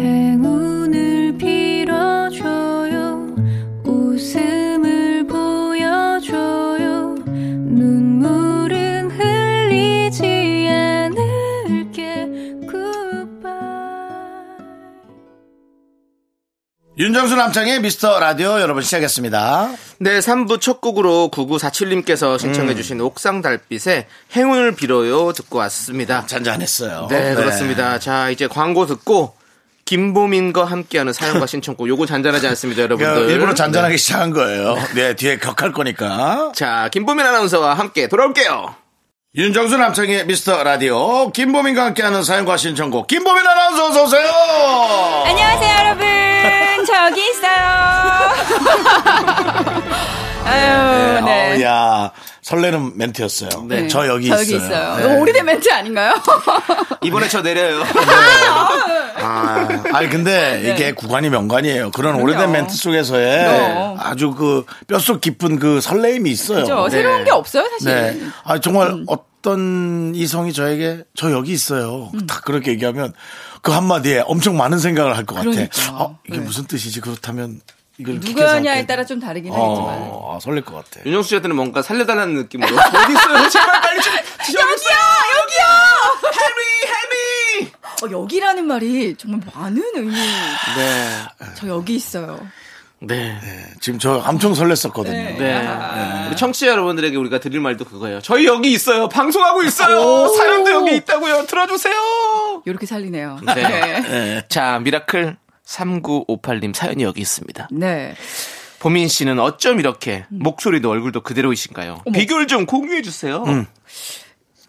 Speaker 3: 행운을 빌어줘요 웃음을 보여줘요 눈물은 흘리지 않을게 굿바이
Speaker 1: 윤정수 남창의 미스터 라디오 여러분 시작했습니다.
Speaker 2: 네, 3부 첫 곡으로 9947님께서 신청해주신 옥상 달빛의 행운을 빌어요 듣고 왔습니다.
Speaker 1: 잔잔했어요.
Speaker 2: 네, 그렇습니다. 자, 이제 광고 듣고 김보민과 함께하는 사연과 신청곡 요거 잔잔하지 않습니다,
Speaker 1: 그러니까
Speaker 2: 여러분들.
Speaker 1: 일부러 잔잔하게
Speaker 2: 네.
Speaker 1: 시작한 거예요. 네, 뒤에 격할 거니까.
Speaker 2: 자, 김보민 아나운서와 함께 돌아올게요.
Speaker 1: 윤정수 남창의 미스터 라디오 김보민과 함께하는 사연과 신청곡 김보민 아나운서 어서 오세요.
Speaker 4: 안녕하세요, 여러분. 저기 있어요. 아유,
Speaker 1: 어,
Speaker 4: 네.
Speaker 1: 야 설레는 멘트였어요.
Speaker 2: 네.
Speaker 1: 저 여기
Speaker 4: 저
Speaker 1: 있어요.
Speaker 4: 여기 있어요.
Speaker 1: 네.
Speaker 4: 이거 오래된 멘트 아닌가요?
Speaker 2: 이번에 저 내려요.
Speaker 1: 아, 아니 근데
Speaker 4: 네.
Speaker 1: 이게 구관이 명관이에요. 그런 오래된 멘트 속에서의
Speaker 4: 그럼.
Speaker 1: 아주 그 뼛속 깊은 그 설레임이 있어요.
Speaker 4: 네. 그죠?
Speaker 1: 네.
Speaker 4: 음. 새로운 게 없어요, 사실.
Speaker 1: 네. 아 정말 어떤 이성이 저에게 저 여기 있어요.
Speaker 4: 음.
Speaker 1: 딱 그렇게 얘기하면 그 한마디에 엄청 많은 생각을 할 것 같아.
Speaker 4: 그러니까.
Speaker 1: 아, 이게
Speaker 4: 네.
Speaker 1: 무슨 뜻이지? 그렇다면 이걸
Speaker 4: 누구냐에
Speaker 1: 빅해서
Speaker 4: 따라 좀 다르긴 하겠지만.
Speaker 1: 어, 아, 설렐 것 같아.
Speaker 2: 윤정수 씨한테는 뭔가 살려달라는 느낌으로. 어디 있어요? 제발 빨리 좀.
Speaker 4: 여기요! 여기요! 어, 여기라는 말이 정말 많은 의미.
Speaker 2: 네.
Speaker 4: 저 여기 있어요.
Speaker 2: 네.
Speaker 1: 지금 저 엄청 설렜었거든요.
Speaker 2: 네. 우리 청취자 여러분들에게 우리가 드릴 말도 그거예요. 저희 여기 있어요. 방송하고 있어요.
Speaker 4: 오.
Speaker 2: 사연도 여기 있다고요. 들어주세요.
Speaker 4: 이렇게 살리네요.
Speaker 2: 네.
Speaker 4: 네.
Speaker 2: 자, 미라클 3958님 사연이 여기 있습니다.
Speaker 4: 네.
Speaker 2: 보민 씨는 어쩜 이렇게 목소리도 얼굴도 그대로이신가요? 음.
Speaker 4: 어머.
Speaker 2: 비교를 좀 공유해 주세요. 네,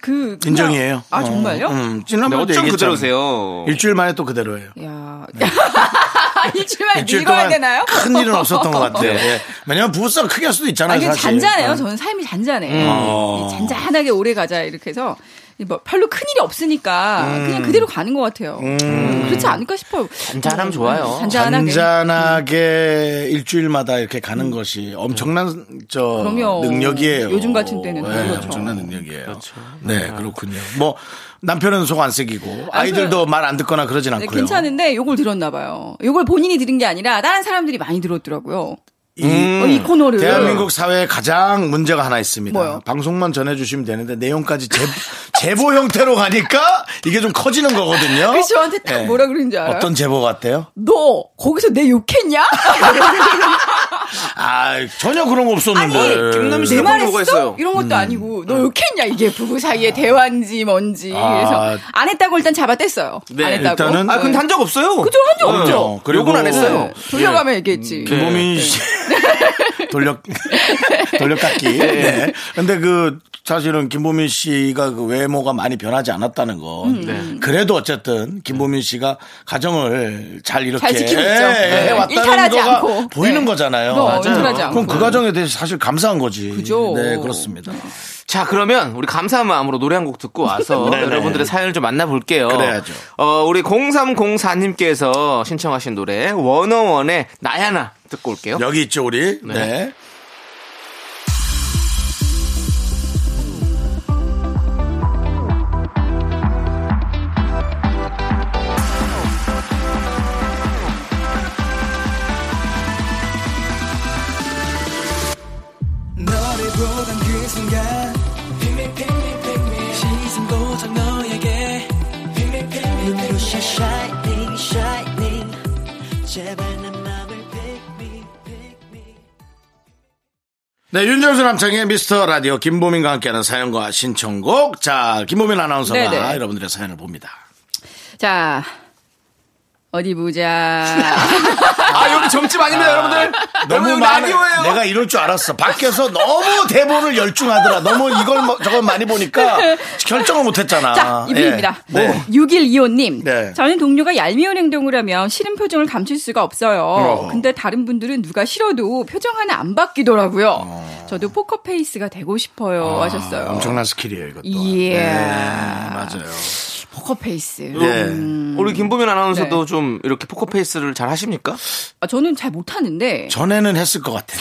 Speaker 4: 그. 그냥-
Speaker 1: 인정이에요.
Speaker 4: 아,
Speaker 1: 어,
Speaker 4: 정말요?
Speaker 1: 음,
Speaker 2: 근데
Speaker 1: 지난번에
Speaker 2: 어쩜 그대로세요?
Speaker 1: 일주일 만에 또 그대로예요.
Speaker 4: 야. 일주일만
Speaker 1: 네. 일주일
Speaker 4: 읽어야
Speaker 1: 동안
Speaker 4: 네, 되나요?
Speaker 1: 큰 일은 없었던 것 같아요.
Speaker 2: 네.
Speaker 1: 예. 왜냐면 부부싸움 크게 할 수도 있잖아요.
Speaker 4: 아, 이게
Speaker 1: 사실.
Speaker 4: 잔잔해요.
Speaker 1: 어.
Speaker 4: 저는 삶이 잔잔해요. 네.
Speaker 1: 어.
Speaker 4: 잔잔하게 오래 가자 이렇게 해서 뭐 별로 큰 일이 없으니까
Speaker 1: 음.
Speaker 4: 그냥 그대로 가는 것 같아요. 음, 그렇지 않을까 싶어요. 음,
Speaker 2: 잔잔하면 좋아요.
Speaker 4: 잔잔하게.
Speaker 1: 잔잔하게 일주일마다 이렇게 가는 것이 엄청난 저
Speaker 4: 그럼요.
Speaker 1: 능력이에요.
Speaker 4: 요즘 같은 때는
Speaker 1: 예,
Speaker 4: 그렇죠.
Speaker 1: 엄청난 능력이에요. 네, 그렇군요. 뭐 남편은 속 안 쓰기고 아이들도 말 안 듣거나 그러진
Speaker 4: 네,
Speaker 1: 않고요.
Speaker 4: 괜찮은데 요걸 들었나 봐요. 요걸 본인이 들은 게 아니라 다른 사람들이 많이 들었더라고요.
Speaker 1: 이
Speaker 4: 어, 이 코너를
Speaker 1: 음. 대한민국 사회에 가장 문제가 하나 있습니다.
Speaker 4: 뭐요?
Speaker 1: 방송만 전해주시면 되는데 내용까지 제, 보 형태로 가니까 이게 좀 커지는 거거든요.
Speaker 4: 그 저한테 딱
Speaker 1: 예.
Speaker 4: 뭐라 그러는지 알아요?
Speaker 1: 어떤 제보 같아요?
Speaker 4: 너 거기서 내 욕했냐?
Speaker 1: 아 전혀 그런 거 없었는데. 네.
Speaker 4: 아니,
Speaker 2: 김남희
Speaker 4: 네. 내
Speaker 2: 씨는 그런 거가
Speaker 4: 말했어?
Speaker 2: 있어요.
Speaker 4: 이런 것도 아니고 너 욕했냐 이게 부부 사이의 대화인지 뭔지
Speaker 1: 아.
Speaker 4: 그래서 안 했다고 일단 잡아댔어요.
Speaker 2: 네.
Speaker 4: 안 했다고.
Speaker 1: 일단은-
Speaker 2: 아, 근데 한 적 없어요.
Speaker 4: 그죠 한적 없죠.
Speaker 1: 어, 그리고
Speaker 2: 욕은 안 했어요.
Speaker 4: 네. 돌려가며 얘기했지.
Speaker 1: 음, 뭐. 김보민 씨 돌려 돌려깎기. 네. 근데 그 사실은 김보민 씨가 그 외모가 많이 변하지 않았다는 거.
Speaker 4: 네.
Speaker 1: 그래도 어쨌든 김보민 씨가 가정을 잘 이렇게 예,
Speaker 4: 잘 지키고 있죠. 네.
Speaker 1: 해왔다는
Speaker 4: 일탈하지
Speaker 1: 거가
Speaker 4: 않고.
Speaker 1: 보이는
Speaker 4: 네.
Speaker 1: 거잖아요.
Speaker 4: 그럼 일탈하지
Speaker 1: 그럼 그
Speaker 4: 않고.
Speaker 1: 가정에 대해서 사실 감사한 거지.
Speaker 4: 그죠.
Speaker 1: 네, 그렇습니다.
Speaker 2: 자, 그러면 우리 감사한 마음으로 노래 한 곡 듣고 와서
Speaker 1: 네네.
Speaker 2: 여러분들의 사연을 좀 만나볼게요.
Speaker 1: 그래야죠.
Speaker 2: 어, 우리 0304님께서 신청하신 노래 원어원의 나야나 듣고 올게요.
Speaker 1: 여기 있죠, 우리. 네.
Speaker 5: 너를 보던 그 순간 시선 고정 너에게 눈으로 샤 shining shining 제발 내 맘을 pick me pick me
Speaker 1: 네, 윤정수 남창의 미스터 라디오 김보민과 함께하는 사연과 신청곡. 자, 김보민 아나운서가
Speaker 4: 네네.
Speaker 1: 여러분들의 사연을 봅니다.
Speaker 4: 자, 어디 보자.
Speaker 2: 아, 여기 점집 아닙니다, 여러분들. 여러분, 여기
Speaker 1: 많은-
Speaker 2: 라디오예요.
Speaker 1: 내가 이럴 줄 알았어. 밖에서 너무 대본을 열중하더라. 너무 이걸 뭐- 저걸 많이 보니까 결정을 못했잖아.
Speaker 4: 자, 이분입니다. 뭐
Speaker 1: 예. 네.
Speaker 4: 6125님.
Speaker 1: 네.
Speaker 4: 저는 동료가 얄미운 행동을 하면 싫은 표정을 감출 수가 없어요.
Speaker 1: 어.
Speaker 4: 근데 다른 분들은 누가 싫어도 표정 하나 안 바뀌더라고요. 저도 포커페이스가 되고 싶어요. 하셨어요.
Speaker 1: 아, 엄청난 스킬이에요, 이것도. 네,
Speaker 4: 예.
Speaker 1: 맞아요.
Speaker 4: 포커페이스. 음.
Speaker 1: 예.
Speaker 2: 우리 김보민 아나운서도
Speaker 4: 네.
Speaker 2: 좀 이렇게 포커페이스를 잘 하십니까?
Speaker 4: 아, 저는 잘 못하는데
Speaker 1: 전에는 했을 것 같아. 어.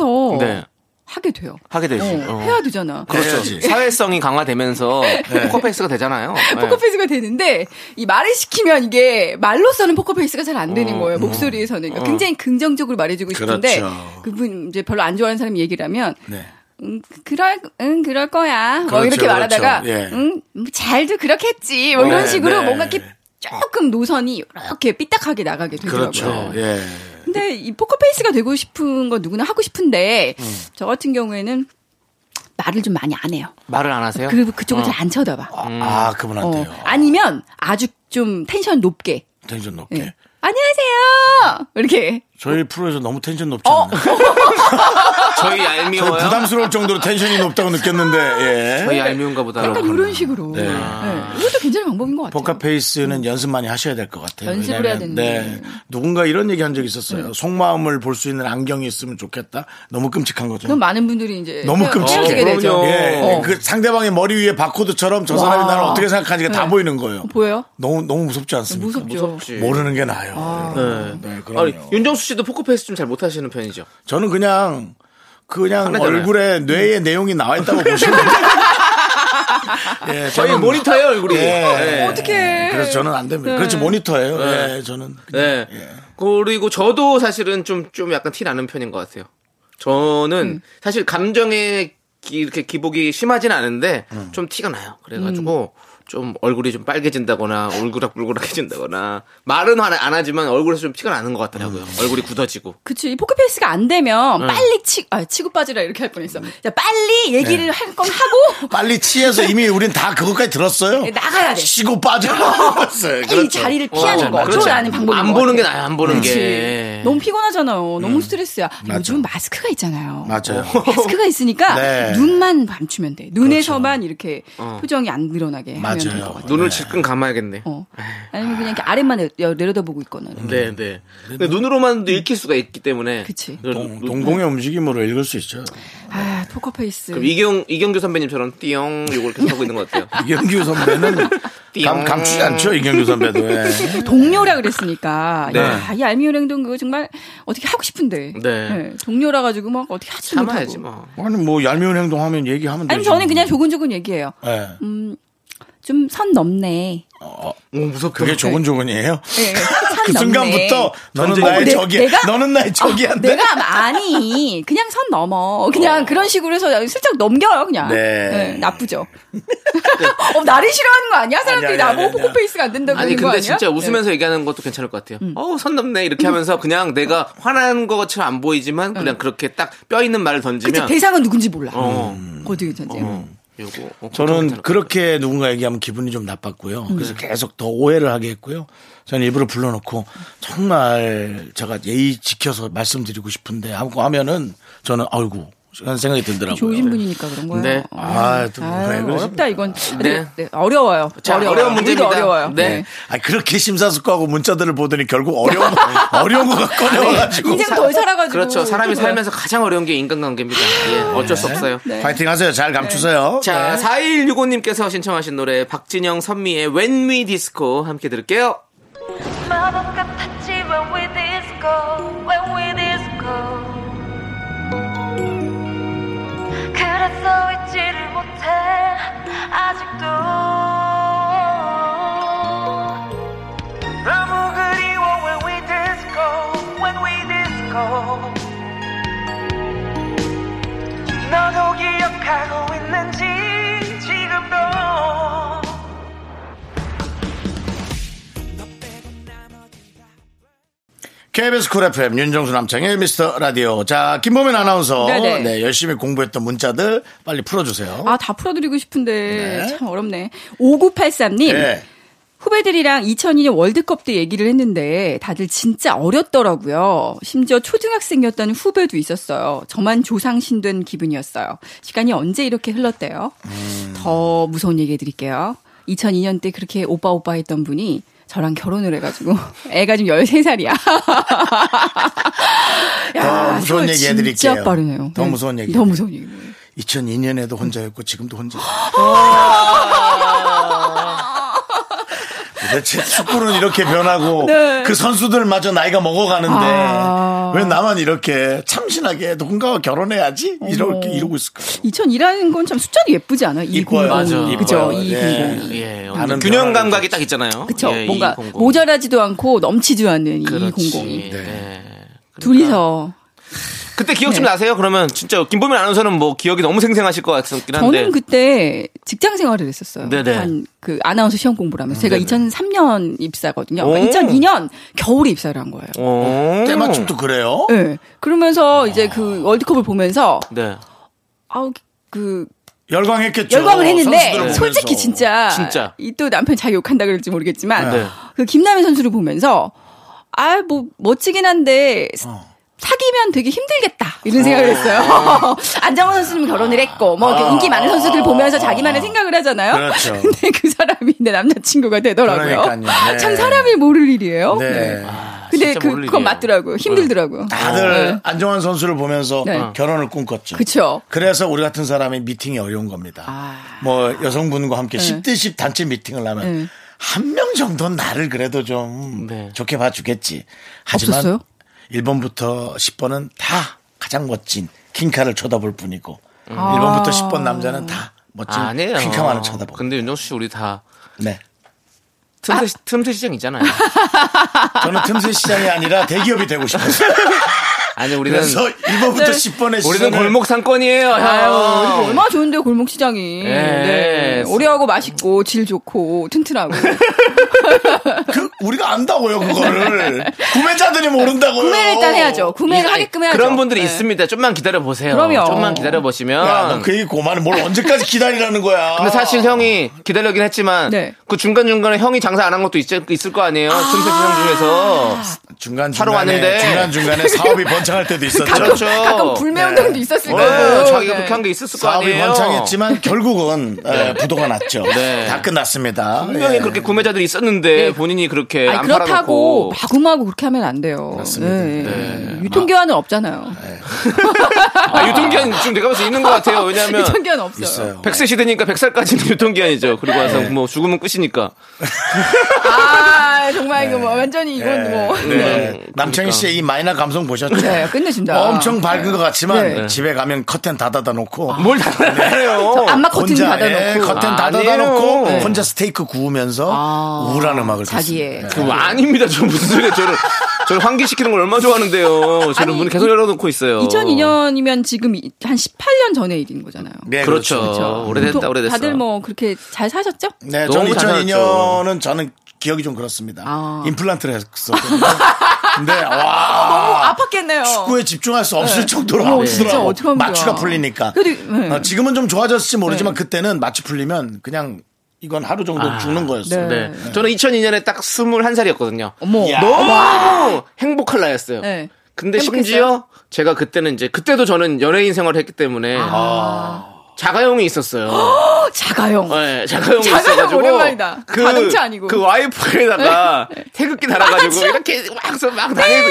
Speaker 4: 살면서
Speaker 2: 네.
Speaker 4: 하게 돼요.
Speaker 2: 하게 되죠.
Speaker 1: 네.
Speaker 4: 어, 해야 되잖아.
Speaker 1: 그렇죠.
Speaker 2: 사회성이 강화되면서
Speaker 1: 네.
Speaker 2: 포커페이스가 되잖아요. 네.
Speaker 4: 네. 포커페이스가 되는데 이 말을 시키면 이게 말로서는 포커페이스가 잘 안 되는 거예요 목소리에서는 그러니까 굉장히 긍정적으로 말해주고 싶은데
Speaker 1: 음, 어. 그렇죠.
Speaker 4: 그분 이제 별로 안 좋아하는 사람이 얘기를 하면
Speaker 1: 네.
Speaker 4: 음, 그- 그럴 응 그럴 거야 뭐
Speaker 1: 그렇죠,
Speaker 4: 이렇게 말하다가
Speaker 1: 그렇죠. 예.
Speaker 4: 응 뭐 잘도 그렇겠지 뭐
Speaker 1: 네,
Speaker 4: 이런 식으로
Speaker 1: 네.
Speaker 4: 뭔가 이렇게 조금 노선이 이렇게 삐딱하게 나가게 되더라고요.
Speaker 1: 그렇죠. 예.
Speaker 4: 근데 이 포커페이스가 되고 싶은 건 누구나 하고 싶은데 저 같은 경우에는 말을 좀 많이 안 해요.
Speaker 2: 말을 안 하세요?
Speaker 4: 그리고 그쪽을 잘 안 쳐다봐.
Speaker 2: 음.
Speaker 1: 아,
Speaker 4: 어.
Speaker 1: 그분한테요.
Speaker 4: 아니면 아주 좀 텐션 높게.
Speaker 1: 텐션
Speaker 4: 예.
Speaker 1: 높게.
Speaker 4: 안녕하세요. 이렇게.
Speaker 1: 저희 프로에서 너무 텐션 높지
Speaker 4: 어?
Speaker 1: 않나요?
Speaker 2: 저희 얄미워요.
Speaker 1: 저희 부담스러울 정도로 텐션이 높다고 느꼈는데, 예.
Speaker 2: 저희 얄미운가 보다.
Speaker 4: 약간 이런 식으로. 네. 이것도 괜찮은 방법인 것 같아요.
Speaker 1: 포카페이스는 연습 많이 하셔야 될 것 같아요.
Speaker 4: 그렇죠. 음. 연습을
Speaker 1: 왜냐면,
Speaker 4: 해야 되는데.
Speaker 1: 네. 누군가 이런 얘기 한 적이 있었어요. 속마음을 볼 수 있는 안경이 있으면 좋겠다. 너무 끔찍한 거죠.
Speaker 4: 그럼 많은 분들이 이제
Speaker 1: 너무 그렇죠.
Speaker 4: 헤어-
Speaker 1: 끔찍해.
Speaker 4: 헤어지게 되죠.
Speaker 2: 그럼요.
Speaker 1: 예.
Speaker 4: 어.
Speaker 1: 그 상대방의 머리 위에 바코드처럼 저 사람이 나를 어떻게 생각하는지가 다 보이는 거예요.
Speaker 4: 어, 보여요?
Speaker 1: 너무, 너무 무섭지 않습니까?
Speaker 4: 네. 무섭죠.
Speaker 1: 모르는 게 나아요. 여러분. 네. 그럼요.
Speaker 2: 아니, 윤정수 씨도 포커페이스 좀 잘 못하시는 편이죠.
Speaker 1: 저는 그냥, 그냥
Speaker 2: 화내잖아요. 음.
Speaker 1: 얼굴에 뇌의 내용이 나와 있다고 보시면 돼요. 예,
Speaker 2: 저희 모니터예요 얼굴이. 네,
Speaker 1: 예.
Speaker 4: 어떻게?
Speaker 1: 그래서 저는 안
Speaker 4: 네.
Speaker 1: 됩니다. 그렇지, 모니터예요. 예, 저는.
Speaker 2: 네. 그리고 저도 사실은 좀, 좀 약간 티 나는 편인 것 같아요. 저는 사실 감정에 기- 이렇게 기복이 심하진 않은데 좀 티가 나요. 그래가지고 좀 얼굴이 좀 빨개진다거나 울그락불그락해진다거나 말은 안, 안 하지만 얼굴에서 좀 티가 나는 것 같더라고요. 얼굴이 굳어지고.
Speaker 4: 그치. 이 포크페이스가 안 되면 빨리 치, 아, 치고 빠지라 이렇게 할 뻔했어. 자, 빨리 얘기를 할 건 하고
Speaker 1: 빨리 치해서 이미 우린 다 그것까지 들었어요.
Speaker 4: 네, 나가야 돼.
Speaker 1: 치고 빠져나왔어요.
Speaker 4: 이 자리를 피하는
Speaker 2: 네, 그렇죠. 맞아요.
Speaker 4: 거죠.
Speaker 2: 그렇죠. 음.
Speaker 4: 라는 방법인
Speaker 2: 안
Speaker 4: 것
Speaker 2: 보는 게
Speaker 4: 같아요.
Speaker 2: 나아요. 안 보는 게.
Speaker 4: 네. 너무 피곤하잖아요. 너무 스트레스야.
Speaker 1: 맞아.
Speaker 4: 요즘 마스크가 있잖아요. 어,
Speaker 1: 맞아요.
Speaker 4: 마스크가 있으니까
Speaker 1: 네.
Speaker 4: 눈만 감추면 돼. 눈에서만 이렇게 표정이 안 늘어나게 하면 될
Speaker 1: 맞아요.
Speaker 4: 것 같아.
Speaker 2: 눈을 질끈 감아야겠네.
Speaker 4: 어. 아니면 그냥 이렇게 아래만 내- 내려다보고 있거나.
Speaker 2: 네, 네. 근데 눈으로만도 읽힐 수가 있기 때문에.
Speaker 4: 그치.
Speaker 2: 그걸
Speaker 1: 동,
Speaker 2: 눈-
Speaker 1: 동공의 움직임으로 읽을 수 있죠.
Speaker 4: 아, 포커페이스.
Speaker 2: 그럼 이경 이경규 선배님처럼 띠용 요걸 계속 하고 있는 것 같아요.
Speaker 1: 이경규 선배는 감, 감추지 않죠. 이경규 선배도. 예.
Speaker 4: 동료라 그랬으니까.
Speaker 2: 네.
Speaker 4: 야, 이 알미운 행동 그거 정말 어떻게 하고 싶은데.
Speaker 2: 네.
Speaker 4: 동료라 가지고 막 어떻게 하지 못하고.
Speaker 2: 참아야지 뭐.
Speaker 1: 아니 뭐 얄미운 행동하면 얘기하면 되죠.
Speaker 4: 아니 저는 그냥 음, 조근조근 얘기해요.
Speaker 1: 예.
Speaker 4: 좀 선 넘네.
Speaker 2: 오 무섭다.
Speaker 1: 그게 조근조근이에요.
Speaker 4: 네, 선
Speaker 1: 그
Speaker 4: 뭐, 넘네.
Speaker 1: 순간부터 너는
Speaker 2: 전쟁.
Speaker 1: 나의
Speaker 4: 내-
Speaker 1: 적이,
Speaker 4: 내가- 아,
Speaker 1: 너는 나의 적이한데.
Speaker 4: 내가 많이 그냥 선 넘어 그냥 그런 식으로 해서 슬쩍 넘겨요 그냥
Speaker 1: 네.
Speaker 4: 나쁘죠 어, 나를 싫어하는 거 아니야 사람들이
Speaker 1: 아니야, 아니야,
Speaker 4: 나보고
Speaker 1: 아니야.
Speaker 4: 포커페이스가 안 된다고
Speaker 2: 아니
Speaker 4: 그러는 거
Speaker 2: 근데
Speaker 4: 아니야 네. 음.
Speaker 2: 진짜 웃으면서 얘기하는 것도 괜찮을 것 같아요. 어우 선 넘네 이렇게 하면서 그냥
Speaker 4: 어.
Speaker 2: 내가 화난 것처럼 안 보이지만 그냥 그렇게 딱 뼈 있는 말을
Speaker 4: 음. 그치
Speaker 2: 던지면
Speaker 4: 대상은 누군지 몰라
Speaker 2: 어.
Speaker 4: 그것도 괜찮대요
Speaker 2: 요거 어, 괜찮을
Speaker 1: 음. 저는
Speaker 2: 것 같아요.
Speaker 1: 그렇게 누군가 얘기하면 기분이 좀 나빴고요.
Speaker 4: 음.
Speaker 1: 그래서 계속 더 오해를 하게 했고요. 저는 일부러 불러놓고 정말 제가 예의 지켜서 말씀드리고 싶은데 하고 하면은 저는 아이고 그런 생각이 들더라고요.
Speaker 4: 좋으신 분이니까 그런 거예요. 어.
Speaker 2: 네.
Speaker 1: 아, 또왜
Speaker 4: 아유,
Speaker 1: 그러십니까?
Speaker 4: 어렵다 이건.
Speaker 2: 네.
Speaker 4: 네. 어려워요.
Speaker 2: 자,
Speaker 4: 어려워요.
Speaker 2: 어려운 문제입니다.
Speaker 4: 우리도 어려워요.
Speaker 2: 네.
Speaker 1: 아 그렇게 심사숙고하고 문자들을 보더니 결국 어려운 거- 어려운 거가 꺼내와가지고
Speaker 4: 네. 인생 덜 살아가지고.
Speaker 2: 그렇죠. 사람이 살면서 가장 어려운 게 인간관계입니다. 예, 어쩔
Speaker 1: 네.
Speaker 2: 수 없어요.
Speaker 4: 네.
Speaker 1: 파이팅 하세요. 잘 감추세요.
Speaker 2: 네.
Speaker 1: 네.
Speaker 2: 자, 4165님께서 신청하신 노래 박진영 선미의 When We Disco 함께 들을게요.
Speaker 6: 마법 같았지만 we disco when we disco 그래서 잊지를 못해 아직도 너무 그리워 when we disco when we disco 너도 기억하고 있는지 지금도
Speaker 1: KBS 쿨 FM 윤정수 남창의 미스터 라디오. 자 김보민 아나운서
Speaker 4: 네네.
Speaker 1: 네, 열심히 공부했던 문자들 빨리 풀어주세요.
Speaker 4: 아, 다 풀어드리고
Speaker 1: 네.
Speaker 4: 싶은데 참 어렵네. 5983님.
Speaker 1: 네.
Speaker 4: 후배들이랑 2002년 월드컵 때 얘기를 했는데 다들 진짜 어렸더라고요. 심지어 초등학생이었다는 후배도 있었어요. 저만 조상신된 기분이었어요. 시간이 언제 이렇게 흘렀대요?
Speaker 1: 음.
Speaker 4: 더 무서운 얘기 해드릴게요. 2002년 때 그렇게 오빠 오빠 했던 분이 저랑 결혼을 해가지고 애가 지금 13살이야.
Speaker 1: 더 무서운 얘기 해드릴게요.
Speaker 4: 진짜 빠르네요.
Speaker 1: 더
Speaker 4: 네.
Speaker 1: 무서운 얘기.
Speaker 4: 더 무서운 얘기. 뭐예요?
Speaker 1: 2002년에도 혼자였고 지금도 혼자.
Speaker 4: 아.
Speaker 1: 대체 축구는 이렇게 변하고 그 선수들마저 나이가 먹어가는데
Speaker 4: 네. 아.
Speaker 1: 왜 나만 이렇게 참신하게 누군가와 결혼해야지 이렇게
Speaker 4: 어머.
Speaker 1: 이러고 있을까?
Speaker 4: 2002라는 건 참 숫자도 예쁘지 않아요?
Speaker 1: 이뻐요.
Speaker 4: 2002.
Speaker 2: 맞아.
Speaker 4: 그죠?
Speaker 1: 이뻐요.
Speaker 4: 2002.
Speaker 1: 예.
Speaker 2: 예,
Speaker 1: 많은
Speaker 2: 균형
Speaker 1: 변화를
Speaker 2: 감각이 딱 있잖아요.
Speaker 4: 그쵸.
Speaker 2: 예,
Speaker 4: 뭔가
Speaker 2: 2000.
Speaker 4: 모자라지도 않고 넘치지도 않는
Speaker 2: 그렇지.
Speaker 4: 2002.
Speaker 2: 네.
Speaker 4: 둘이서.
Speaker 2: 그때 기억
Speaker 1: 네.
Speaker 2: 좀 나세요? 그러면 진짜 김보민 아나운서는 뭐 기억이 너무 생생하실 것 같긴 한데.
Speaker 4: 저는 그때 직장 생활을 했었어요.
Speaker 2: 네네. 네,
Speaker 4: 한 그 아나운서 시험 공부를 하면서 제가 2003년 입사거든요.
Speaker 2: 오.
Speaker 4: 2002년 겨울에 입사를 한 거예요.
Speaker 2: 오.
Speaker 1: 때마침도 그래요?
Speaker 4: 네. 그러면서 이제 그 월드컵을 보면서
Speaker 2: 네.
Speaker 4: 아우 그
Speaker 1: 열광했겠죠.
Speaker 4: 열광을 했는데
Speaker 1: 선수들을
Speaker 4: 솔직히
Speaker 1: 보면서.
Speaker 4: 진짜,
Speaker 2: 진짜.
Speaker 4: 이 또 남편 자기 욕한다 그럴지 모르겠지만
Speaker 2: 네.
Speaker 4: 그 김남현 선수를 보면서 아 뭐 멋지긴 한데 사귀면 되게 힘들겠다 이런 생각을 했어요. 안정환 선수는 결혼을 했고 뭐 이렇게 인기 많은 선수들 보면서 자기만의 생각을 하잖아요.
Speaker 1: 그렇죠.
Speaker 4: 근데 그 사람이 내 남자친구가 되더라고요.
Speaker 1: 그러니까요. 네.
Speaker 4: 참 사람이 모를 일이에요.
Speaker 1: 네.
Speaker 4: 근데
Speaker 2: 진짜
Speaker 4: 그,
Speaker 2: 모를
Speaker 4: 그건
Speaker 2: 일이에요.
Speaker 4: 맞더라고요. 힘들더라고요.
Speaker 1: 어. 다들 안정환 선수를 보면서
Speaker 4: 어. 네.
Speaker 1: 결혼을 꿈꿨죠.
Speaker 4: 그쵸.
Speaker 1: 그래서 우리 같은 사람이 미팅이 어려운 겁니다. 뭐 여성분과 함께 10대 10 단체 미팅을 하면
Speaker 4: 아. 네.
Speaker 1: 한 명 정도는 나를 그래도 좀
Speaker 2: 네.
Speaker 1: 좋게 봐주겠지. 하지만
Speaker 4: 없었어요?
Speaker 1: 1번부터 10번은 다 가장 멋진 킹카를 쳐다볼 뿐이고
Speaker 4: 음.
Speaker 1: 1번부터
Speaker 4: 아.
Speaker 1: 10번 남자는 다 멋진
Speaker 2: 아니에요.
Speaker 1: 킹카만을 쳐다보고.
Speaker 2: 근데 윤정수 씨 우리 다
Speaker 1: 네.
Speaker 2: 틈새, 틈새 시장이잖아요.
Speaker 1: 저는 틈새 시장이 아니라 대기업이 되고 싶었어요.
Speaker 2: 아니 우리는
Speaker 1: 그래서 1번부터
Speaker 4: 네.
Speaker 1: 10번의
Speaker 2: 우리는 골목 상권이에요.
Speaker 4: 아유,
Speaker 2: 아유.
Speaker 4: 얼마나 좋은데 골목 시장이.
Speaker 2: 예.
Speaker 4: 네. 오래하고 맛있고 질 좋고 튼튼하고.
Speaker 1: 그 우리가 안다고요 그거를 구매자들이 모른다고요.
Speaker 4: 구매를 일단 해야죠. 구매를
Speaker 2: 아니,
Speaker 4: 하게끔 해야죠.
Speaker 2: 그런 분들이
Speaker 4: 네.
Speaker 2: 있습니다. 좀만 기다려 보세요.
Speaker 4: 그럼요.
Speaker 2: 좀만 기다려 보시면.
Speaker 1: 야너그 얘기 고만해. 뭘 언제까지 기다리라는 거야.
Speaker 2: 근데 사실 형이 기다려긴 했지만
Speaker 4: 네.
Speaker 2: 그 중간 중간에 형이 장사 안 한 것도 있, 을거 아니에요. 틈새 시장 중에서
Speaker 1: 중간
Speaker 2: 사러
Speaker 1: 중간에
Speaker 2: 왔는데.
Speaker 1: 중간 중간에 사업이 번창할 때도 있었죠.
Speaker 2: 그렇죠.
Speaker 4: 가끔 불매운동도
Speaker 1: 네.
Speaker 4: 있었을
Speaker 2: 네,
Speaker 4: 거고.
Speaker 2: 자기가
Speaker 4: 네.
Speaker 2: 그렇게 한 게 있었을 거
Speaker 1: 사업이
Speaker 2: 아니에요.
Speaker 1: 번창했지만 결국은 에, 부도가 났죠.
Speaker 2: 네.
Speaker 1: 다 끝났습니다.
Speaker 2: 분명히
Speaker 1: 예.
Speaker 2: 그렇게 구매자들이 있었는데 본인이 그렇게
Speaker 4: 네. 아니,
Speaker 2: 안
Speaker 4: 그렇다고
Speaker 2: 팔아놓고
Speaker 4: 마구마구 그렇게 하면 안 돼요.
Speaker 1: 맞습니다.
Speaker 4: 네. 유통기한은 없잖아요.
Speaker 2: 아, 유통기한 지금 내가 봐서 있는 것 같아요. 왜냐하면
Speaker 4: 유통기한 없어요.
Speaker 1: 있어요.
Speaker 2: 100세 시대니까 100살까지는 유통기한이죠. 그리고 와서
Speaker 4: 네.
Speaker 2: 뭐 죽으면 끝이니까.
Speaker 4: 아, 정말 이거 뭐
Speaker 2: 네.
Speaker 4: 완전히 이건 뭐.
Speaker 1: 네.
Speaker 4: 네.
Speaker 1: 남창희 씨의 이 마이너 감성 보셨죠? 뭐
Speaker 4: 네, 끝내준다.
Speaker 1: 엄청 밝은 것 같지만
Speaker 4: 네.
Speaker 1: 집에 가면 커튼 다 닫아놓고
Speaker 2: 뭘 달아요?
Speaker 4: 안마 커튼
Speaker 1: 혼자 예,
Speaker 4: 닫아놓고.
Speaker 1: 커튼 다
Speaker 2: 아니에요.
Speaker 1: 닫아놓고
Speaker 2: 네.
Speaker 1: 혼자 스테이크 구우면서
Speaker 4: 아,
Speaker 1: 우울한 음악을
Speaker 4: 자기의.
Speaker 1: 듣습니다.
Speaker 2: 그 아닙니다. 저 무슨 소리예요. 저를 저를 환기시키는 걸 얼마나 좋아하는데요. 저는
Speaker 4: 아니,
Speaker 2: 문을 계속
Speaker 4: 이-
Speaker 2: 열어놓고 있어요.
Speaker 4: 2002년이면 지금 이- 한 18년 전의 일인 거잖아요.
Speaker 1: 네,
Speaker 2: 그렇죠. 오래됐다,
Speaker 4: 보통
Speaker 2: 오래됐어.
Speaker 4: 다들 뭐 그렇게 잘 사셨죠?
Speaker 1: 네, 저는
Speaker 2: 너무 자살했죠.
Speaker 1: 2002년은 저는 기억이 좀 그렇습니다.
Speaker 4: 아.
Speaker 1: 임플란트를 했었거든요. 근데 와
Speaker 4: 아팠겠네요.
Speaker 1: 축구에 집중할 수 없을 정도로
Speaker 4: 네. 어머, 진짜
Speaker 1: 아프더라고.
Speaker 4: 어떡하면 좋아.
Speaker 1: 마취가 풀리니까.
Speaker 4: 그래도, 네.
Speaker 1: 어, 지금은 좀 좋아졌을지 모르지만 그때는 마취 풀리면 그냥 이건 하루 정도 죽는 거였어요.
Speaker 2: 네. 저는 2002년에 딱 21살이었거든요.
Speaker 4: 어머.
Speaker 2: 너무 행복할 나였어요.
Speaker 4: 네.
Speaker 2: 근데
Speaker 4: 행복했어요?
Speaker 2: 심지어 제가 그때는 이제 그때도 저는 연예인 생활을 했기 때문에
Speaker 4: 아.
Speaker 2: 자가용이 있었어요.
Speaker 4: 어, 자가용.
Speaker 2: 네, 자가용이
Speaker 4: 자가용
Speaker 2: 있어가지고
Speaker 4: 오랜만이다. 자동차 아니고. 네.
Speaker 2: 그 와이프에다가 태극기 달아가지고
Speaker 4: 맞아.
Speaker 2: 이렇게 막막 다니고
Speaker 4: 네, 대한민국!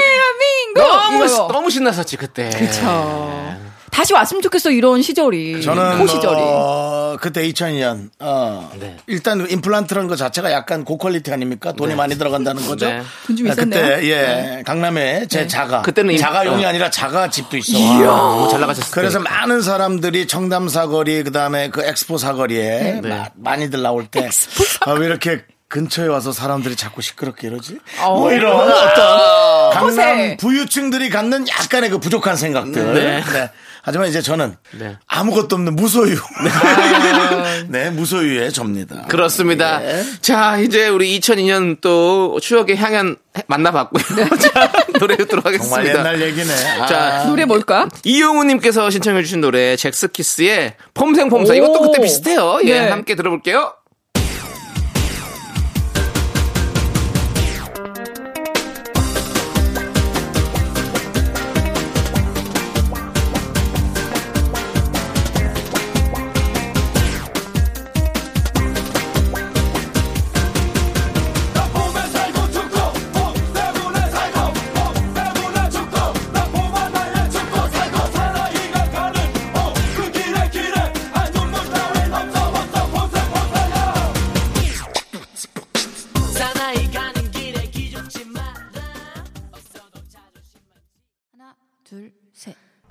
Speaker 2: 너무 시-
Speaker 4: 이거요.
Speaker 2: 너무 신났었지 그때. 네.
Speaker 4: 그쵸. 다시 왔으면 좋겠어, 이런 시절이.
Speaker 1: 저는
Speaker 4: 그 시절이.
Speaker 1: 어, 그때 2002년 어,
Speaker 2: 네.
Speaker 1: 일단 임플란트라는 것 자체가 약간 고퀄리티 아닙니까? 돈이 많이 들어간다는 거죠.
Speaker 2: 네.
Speaker 4: 돈좀
Speaker 1: 아, 그때
Speaker 4: 있었네요. 네.
Speaker 1: 예 강남에 제 자가
Speaker 2: 그때는 임-
Speaker 1: 자가용이 아니라 자가 집도 있어.
Speaker 2: 너무 잘 나가셨어요.
Speaker 1: 그래서 많은 사람들이 청담 사거리 그다음에 그 엑스포 사거리에
Speaker 2: 네.
Speaker 1: 마- 많이들 나올 때 아, 왜 이렇게 근처에 와서 사람들이 자꾸 시끄럽게 이러지?
Speaker 4: 어.
Speaker 1: 뭐 이런 어떤 강남
Speaker 4: 허세.
Speaker 1: 부유층들이 갖는 약간의 그 부족한 생각들.
Speaker 2: 네.
Speaker 1: 네. 하지만 이제 저는
Speaker 2: 네.
Speaker 1: 아무것도 없는 무소유. 네, 무소유의 접니다.
Speaker 2: 그렇습니다.
Speaker 4: 네.
Speaker 2: 자, 이제 우리 2002년 또 추억의 향연 만나봤고요.
Speaker 4: 네.
Speaker 2: 자, 노래 듣도록 하겠습니다.
Speaker 1: 정말 옛날 얘기네. 아,
Speaker 2: 자,
Speaker 4: 노래 뭘까?
Speaker 2: 이용우님께서 신청해주신 노래 잭스키스의 폼생폼사. 이것도
Speaker 4: 오.
Speaker 2: 그때 비슷해요. 예,
Speaker 4: 네.
Speaker 2: 함께 들어볼게요.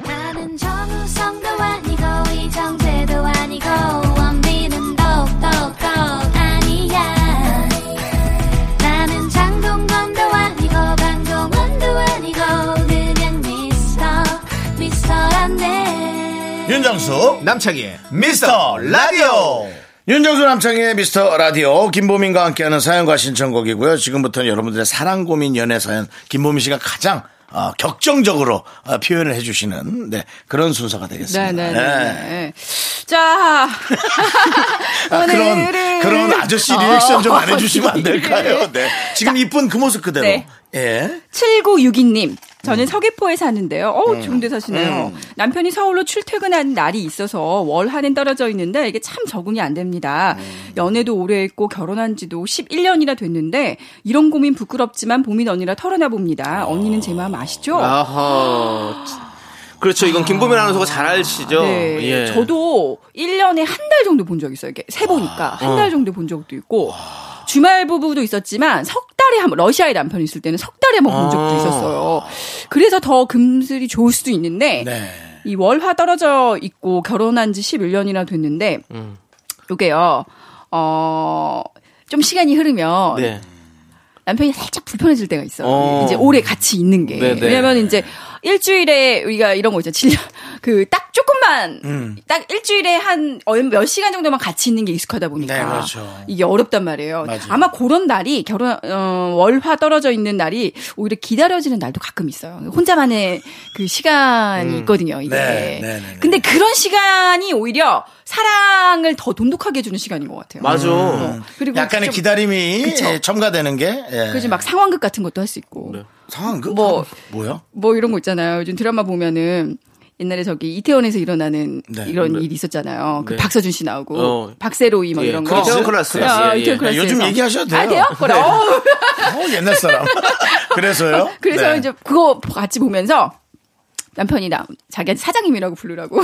Speaker 3: 나는 정우성도 아니고 이정재도 아니고 원빈은 더욱더 아니야 나는 장동건도 아니고 강동원도 아니고 그냥 미스터 미스터란데
Speaker 7: 윤정수 남창희의 미스터 라디오
Speaker 1: 윤정수 남창의 미스터 라디오 김보민과 함께하는 사연과 신청곡이고요. 지금부터는 여러분들의 사랑 고민 연애 사연 김보민 씨가 가장 어, 격정적으로 어, 표현을 해주시는 네, 그런 순서가 되겠습니다.
Speaker 4: 네네네.
Speaker 1: 네.
Speaker 4: 자.
Speaker 1: 아, 그런
Speaker 4: 오늘은-
Speaker 1: 그런 아저씨
Speaker 4: 어.
Speaker 1: 리액션 좀 안 해주시면 안 될까요? 네. 지금 이쁜 그 모습 그대로.
Speaker 4: 네.
Speaker 1: 예.
Speaker 4: 7962님. 저는 서귀포에 사는데요. 어, 좋은데 사시네요. 남편이 서울로 출퇴근한 날이 있어서 월 한은 떨어져 있는데 이게 참 적응이 안 됩니다. 연애도 오래 했고 결혼한 지도 11년이나 됐는데 이런 고민 부끄럽지만 보민 언니라 털어내 봅니다. 언니는 제 마음 아시죠?
Speaker 2: 아하. 그렇죠. 이건 김보민 아나운서가 잘 아시죠?
Speaker 4: 네.
Speaker 2: 예.
Speaker 4: 저도 1년에 한 달 정도 본 적 있어요. 이게 세 보니까 한 달 정도 본 적도 있고 주말 부부도 있었지만 석 달에 한 번 러시아에 남편이 있을 때는 석 달에 한 번 본 적도
Speaker 2: 아.
Speaker 4: 있었어요. 그래서 더 금슬이 좋을 수도 있는데
Speaker 1: 네.
Speaker 4: 이 월화 떨어져 있고 결혼한 지 11년이나 됐는데
Speaker 2: 음.
Speaker 4: 요게요. 어, 좀 시간이 흐르면
Speaker 2: 네.
Speaker 4: 남편이 살짝 불편해질 때가 있어요.
Speaker 2: 어.
Speaker 4: 이제 오래 같이 있는 게.
Speaker 2: 네네.
Speaker 4: 왜냐면 이제 일주일에 우리가 이런 거 있죠. 질 그딱 조금만
Speaker 1: 음.
Speaker 4: 딱 일주일에 한 몇 시간 정도만 같이 있는 게 익숙하다 보니까
Speaker 1: 네, 그렇죠.
Speaker 4: 이게 어렵단 말이에요.
Speaker 1: 맞아요.
Speaker 4: 아마 그런 날이 결혼 어, 월화 떨어져 있는 날이 오히려 기다려지는 날도 가끔 있어요. 혼자만의 그 시간이 있거든요.
Speaker 1: 음.
Speaker 4: 이게.
Speaker 1: 네, 네, 네, 네.
Speaker 4: 근데 그런 시간이 오히려 사랑을 더 돈독하게 해주는 시간인 것 같아요. 음.
Speaker 2: 맞아.
Speaker 4: 그리고
Speaker 1: 약간의
Speaker 4: 좀-
Speaker 1: 기다림이
Speaker 4: 그쵸.
Speaker 1: 예, 첨가되는 게 예.
Speaker 4: 그래서 막 상황극 같은 것도 할 수 있고
Speaker 1: 상황 그
Speaker 4: 뭐-
Speaker 1: 뭐야?
Speaker 4: 뭐 이런 거 있잖아요. 요즘 드라마 보면은 옛날에 저기 이태원에서 일어나는
Speaker 1: 네.
Speaker 4: 이런 일이 있었잖아요. 그 박서준 씨 나오고
Speaker 2: 어.
Speaker 4: 박세로이 막
Speaker 2: 예,
Speaker 4: 이런 거.
Speaker 2: 그렇죠.
Speaker 1: 네.
Speaker 2: 이태원 클라스.
Speaker 4: 아,
Speaker 2: 예, 예.
Speaker 4: 이태원 클라스.
Speaker 1: 요즘 얘기하셔도 돼요. 네.
Speaker 4: 아, 돼요? 그래. 어우.
Speaker 1: 어, 옛날 사람. 그래서요?
Speaker 4: 그래서
Speaker 1: 네.
Speaker 4: 이제 그거 같이 보면서 남편이 나 자기한테 사장님이라고 부르라고.